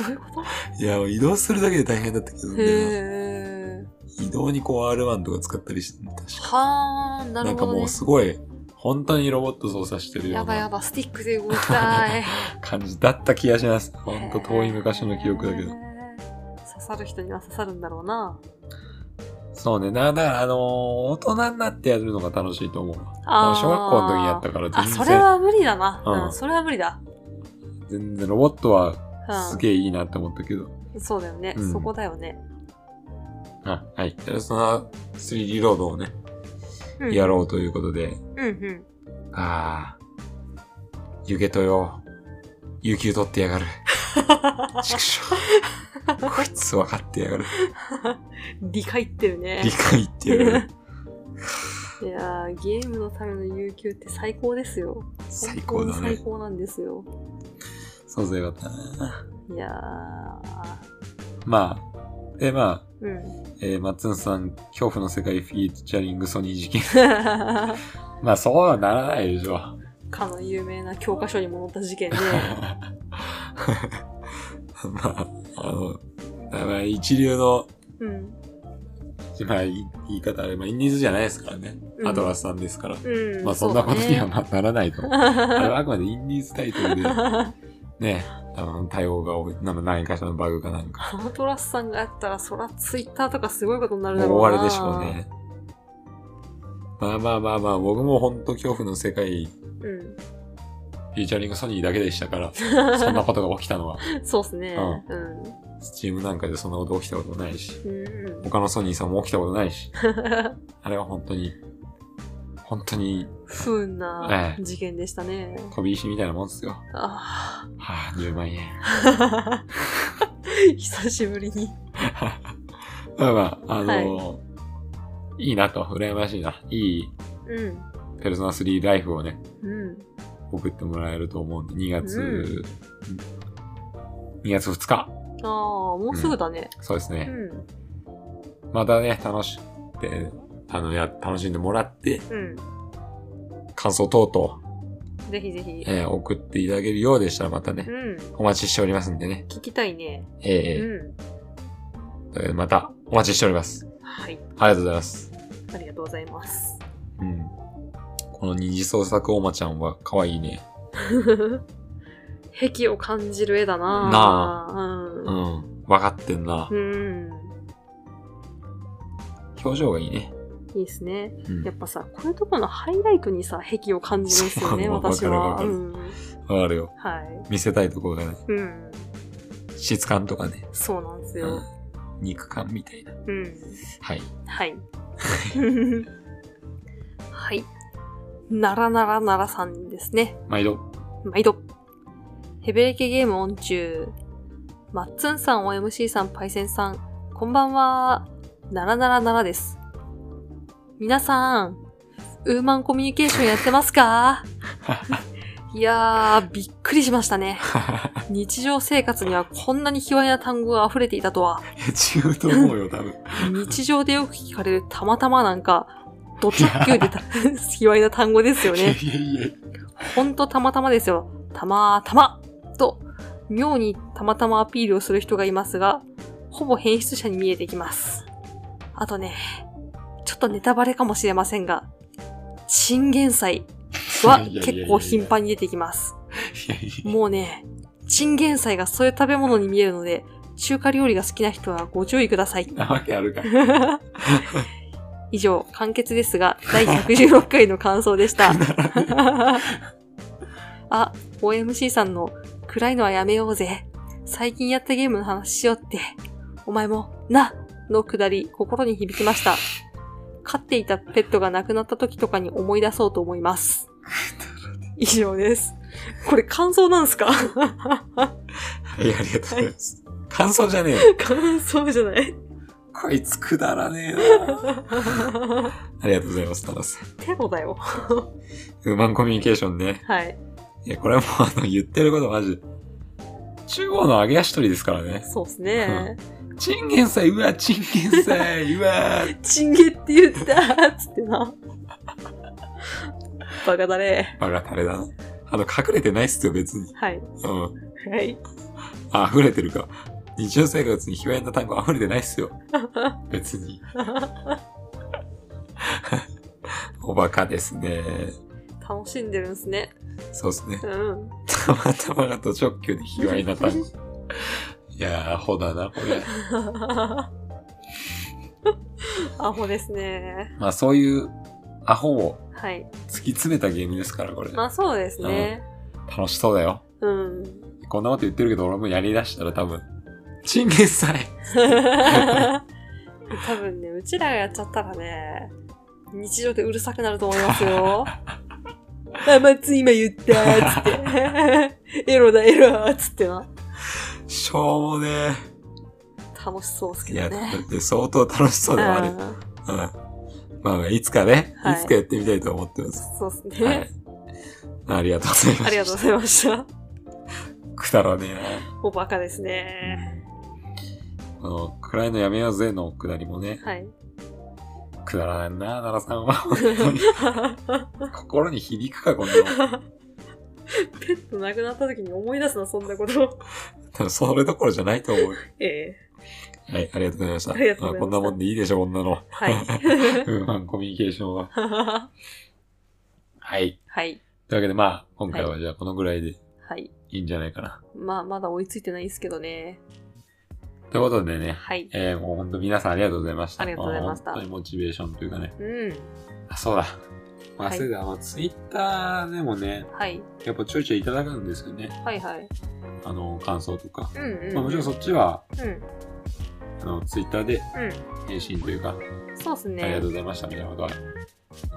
B: どういうこと
A: [laughs] いや、移動するだけで大変だったけど、でも
B: へえ。
A: 移動にこう R1 とか使ったりしてたし。
B: はあ、
A: な
B: なる
A: んか
B: ほど、
A: も
B: ね
A: う。すごい、本当にロボット操作してるよ
B: や
A: う
B: ばや
A: な
B: ば、スティックで動きたい。
A: 感じだった気がします。ほんと遠い昔の記憶だけど
B: へ。ー。刺さる人には刺さるんだろうな。
A: そうね。だだから、あのー大人になってやるのが楽しいと思うわ。
B: あー
A: 小学校の時にやったから
B: あ、
A: 全
B: それ
A: 然、
B: は無理だな。
A: う
B: うんん、それは無理だ。
A: 全然ロボットは
B: うん、
A: すげえいいなって思ったけど。
B: そうだよね、
A: うん
B: そこだよね。
A: あ、はい。でその 3D ロードをね、
B: うん、
A: やろうということで。
B: うんうん。
A: ああ。湯気とよ。有給取ってや
B: [laughs]
A: がる。ちくしょう。こいつ分かってやがる。
B: 理解ってるね
A: 理。解ってやがる。
B: いやー、ゲームのための有給って最高ですよ。
A: 最高だ
B: 本当に
A: ね
B: 最。高なんですよ。
A: そうそうよかったな。
B: いや
A: まあ。で、まあ、
B: ー、
A: [laughs]
B: うん。
A: えー、マッツンさん、恐怖の世界フィーチャリングソニー事件。 [laughs]
B: か
A: まあ、そうはならないでしょ。 [laughs]
B: の有名な教科書にも載った事件で、
A: まあ、あの、まあ、一流の、
B: うん。
A: まあ、い言い方あれ、まあ、インディーズじゃないですからね。
B: うん
A: アトラスさんですから。
B: うん。
A: まあそんなことにはまあなら
B: [laughs]
A: ないと。
B: そう
A: あれ
B: だね
A: はあくまでインディーズタイトルで、 [laughs] ね、多分対応が多い、なんか何かしらのバグかなんか。
B: アマトラスさんがやったら、そらツイッターとかすごいことになる
A: も
B: だ
A: う
B: ろうな。
A: 終わるでしょう。ね。まあまあまあまあ、僕も本当恐怖の世界、フィーチャリングソニーだけでした [laughs] から、そんなことが起きたのは、
B: うん。 [laughs] そうっすね。
A: う
B: うん。
A: スチームなんかでそんなこと起きたことないし、
B: うんうん。
A: 他のソニーさんも起きたことないし、あれは本当に、本当に
B: 不運な
A: ええ
B: 事件でしたね。
A: 飛び石みたいなもんですよ。
B: あ
A: はあ、10万円。
B: あ。 [laughs] 久しぶりに。
A: まあまあ、あのい、いなと、羨ましいな。いい、
B: うん。
A: ペルソナ3ライフをね、
B: うん。
A: 送ってもらえると思うんで、2月、
B: う
A: 2月2日。
B: ああ、もうすぐだね。
A: そうです
B: う
A: ね。
B: ん。
A: またね、楽しくて、あの、や、楽しんでもらって、
B: うん。
A: 感想等々、
B: ぜひぜひ。
A: えー送っていただけるようでしたらまたね
B: う、ん。
A: お待ちしておりますんでね。
B: 聞きたいね。う
A: え
B: ん。
A: ーということでまたお待ちしております。
B: はい。
A: ありがとうございます。
B: ありがとうございます。 [laughs]
A: うん。この二次創作おまちゃんは可愛いね。
B: 癖を感じる絵だな
A: なう。
B: あ。うん
A: わかってんな。
B: ん。
A: 表情がいいね。
B: うん。いいですね。
A: うん。
B: やっぱさ、こういうところのハイライトにさ、癖を感じるんですよね、
A: そう
B: 私
A: わ
B: は。
A: かる
B: うん。
A: わかるよ。
B: はい。
A: 見せたいところがね。
B: うん。
A: 質感とかね。
B: そうなんです
A: う
B: よ
A: ん。肉感みたいな。
B: うん。
A: はい。
B: はい。 [laughs] はい。ならならならさんですね。
A: 毎度。 [laughs]
B: 毎度。ヘベレケゲームオン中。マッツンさん、OMC さん、パイセンさん、こんばんは。ならならならです。皆さん、ウーマンコミュニケーションやってますかいやー、びっくりしましたね。日常生活にはこんなに卑猥な単語が溢れていたとは。
A: いや、違うと思うよ、多分。
B: 日常でよく聞かれるたまたまなんか、ド直球でた [laughs] 卑猥な単語ですよ
A: いや
B: ね。
A: いやいや。
B: ほんとたまたまですよ。たまたまと、妙にたまたまアピールをする人がいますが、ほぼ変質者に見えてきます。あとね、ちょっとネタバレかもしれませんが、チンゲン祭は結構頻繁に出てきます。
A: いやいやいや。
B: もうね、チンゲン菜がそういう食べ物に見えるので、中華料理が好きな人はご注意ください。
A: なわけあるか。
B: [laughs] 以上、完結ですが、第116回の感想で [laughs] した。 [laughs] あ、OMC さんの暗いのはやめようぜ。最近やったゲームの話しようって。お前も、なのくだり、心に響きました。飼っていたペットが亡くなった時とかに思い出そうと思い [laughs] ます。以上です。これ感想なんすか
A: はい、ありがとうございます。感想じゃねえよ。
B: [laughs] 感想じゃない
A: こいつくだらねえな。ありがとうございます、タラさ
B: [laughs] テロだよ。
A: ん。ウーマンコミュニケーションね。
B: はい。
A: いや、これはもうあの、言ってることマジ。中央の揚げ足取りですからね。
B: そうっすね。
A: チンゲン菜、うわ、チンゲン [laughs] 菜、うわ。
B: チンゲって言ったーつってな。バカだね。
A: バカタレだな。あの、隠れてないっすよ、別に。
B: はい。
A: うん。
B: はい。
A: あ、溢れてるか。日常生活に卑猥な単語溢れてないっすよ。別 [laughs] に。おバカですね。
B: 楽しんでるんすね。
A: そうですね
B: う。ん。
A: たまたまがと直球で卑猥な単語。いやー、アホだな、これ。
B: アホですね。
A: まあ、そういう、アホを
B: はい。
A: 突き詰めたゲームですから、これ。
B: まあそうですね。
A: 楽しそうだよ。
B: うん。 [laughs]
A: こんなこと言ってるけど、俺もやり出したら多分、チンゲン菜
B: 多分ね、うちらがやっちゃったらね、日常でうるさくなると思いますよ。あ、まつ今言ったーつ
A: [laughs]
B: って。エロだエローつってな。
A: しょうもね
B: 楽しそうっす
A: え。
B: け
A: い
B: ど
A: や、だ
B: ね。
A: って相当楽しそうではある。
B: うん
A: うん。まあまあ、いつかね、
B: はい
A: い、つかやってみたいと思ってます。
B: そうっすね。
A: はい。ありがとうございます。
B: ありがとうございま [laughs] した。
A: くだらねえな。
B: おバカですね。
A: この、暗いのやめようぜのくだりもね、
B: はい。
A: くだらないな、奈良さんは。本当に心に響くか、こんな
B: [laughs] ペット亡くなった時に思い出すな、そんなこと。
A: の。それどころじゃないと思うよ。
B: [laughs] ええ
A: はい、ありがとうございました。
B: ありがとうございました
A: こんなもんでいいでしょ、女の。
B: [laughs] はい。
A: うん、まあコミュニケーションは。はい。
B: はい。
A: というわけで、まあ、今回はじゃあこのぐらいで
B: はい。
A: いいんじゃないかな。
B: まあ、まだ追いついてないですけどね。
A: ということでね、
B: はい。
A: えー、もう本当皆さんありがとうございました。
B: ありがとうございました
A: あ本当にモチベーションというかね。
B: うん。
A: あ、そうだ。
B: はい
A: 忘れた、まあ、ツイッターでもね、
B: はい。
A: やっぱちょいちょいいただくんですよね。
B: はいはい。
A: あの、感想とか。
B: うんうん。
A: まあ、もちろんそっちは、
B: う
A: あ
B: ん。
A: の、ツイッターで
B: う
A: 返信というか、
B: ん。そうっすね。
A: ありがとうございましたみたいなことは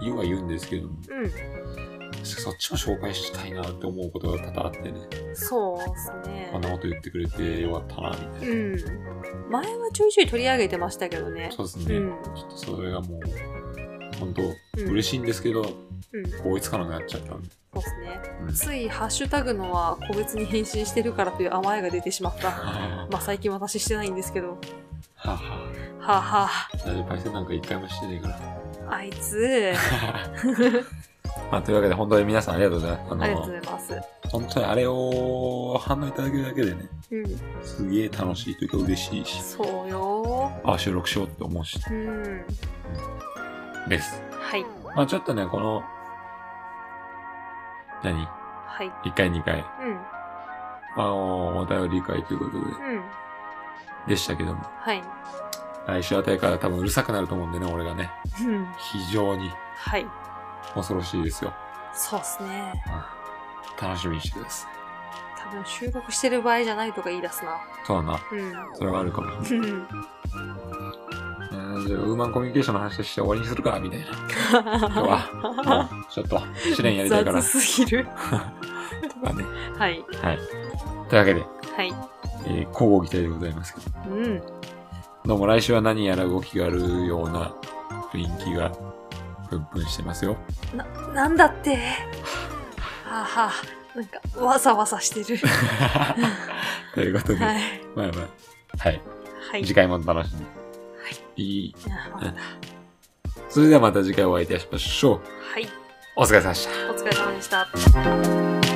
A: 言うは言うんですけども、
B: う
A: そっちも紹介したいなって思うことが多々あってね、
B: ん。そうっす
A: こんな
B: ね。
A: こと言ってくれてよかったな、みたいな。
B: うん。前はちょいちょい取り上げてましたけどね。
A: そうです
B: う
A: ね。
B: ん。
A: ちょっとそれがもう、本当
B: うん
A: 嬉しいんですけど、
B: うん。そう
A: 追いつかなくなっちゃったんで。
B: っすね。
A: [laughs] うん
B: ついハッシュタグのは個別に返信してるからという甘えが出てしまった。
A: [laughs] は
B: まあ最近私してないんですけど。
A: あはあは
B: はあ、は
A: あ、大丈夫、パイセンなんか一回もしてねえから。
B: [laughs] あ、あいつ。
A: まあ、というわけで、本当に皆さんありがとうございます。あの
B: ありがとうございます。
A: 本当にあれを反応いただけるだけでね、
B: うん。
A: すげえ楽しいというか嬉しいし、
B: そうよ
A: あ、収録しようって思うし、
B: ー。うん。
A: です。
B: はい。
A: まあ、ちょっとね、この、何
B: はい。
A: ?1 回、2回、
B: うん。
A: あの、お便り会ということで、
B: うん。
A: でしたけども、
B: はい。
A: 来週あたりから多分うるさくなると思うんでね、俺がね、
B: うん。
A: 非常に
B: はい。
A: 恐ろしいですよ。
B: そうっすね。
A: 楽しみにしてください。
B: 多分収録してる場合じゃないとか言い出すな。
A: そうだな。
B: う
A: それはあるかも。うん
B: ん。うん。
A: じゃあ、ウーマンコミュニケーションの話して終わりにするか、みたいな。今日は、 [laughs] もうちょっと、試練やりたいから
B: 雑。すぎる。
A: とかね。
B: はい。
A: はい。というわけで、
B: はい。
A: えー、交互期待でございますけど。
B: うん。
A: どうも来週は何やら動きがあるような雰囲気が、プンプンして [laughs] ますよ。
B: な、なんだって。はあ、はあ、なんか、わさわさし
A: [laughs]
B: てる。
A: ということで、
B: はい。
A: まあまあ、はい。
B: はい。
A: 次回も楽しみに。いい。
B: は
A: それではまた次回お会いいたしましょう。
B: い。
A: お疲れ様でした。
B: お疲れ様でした。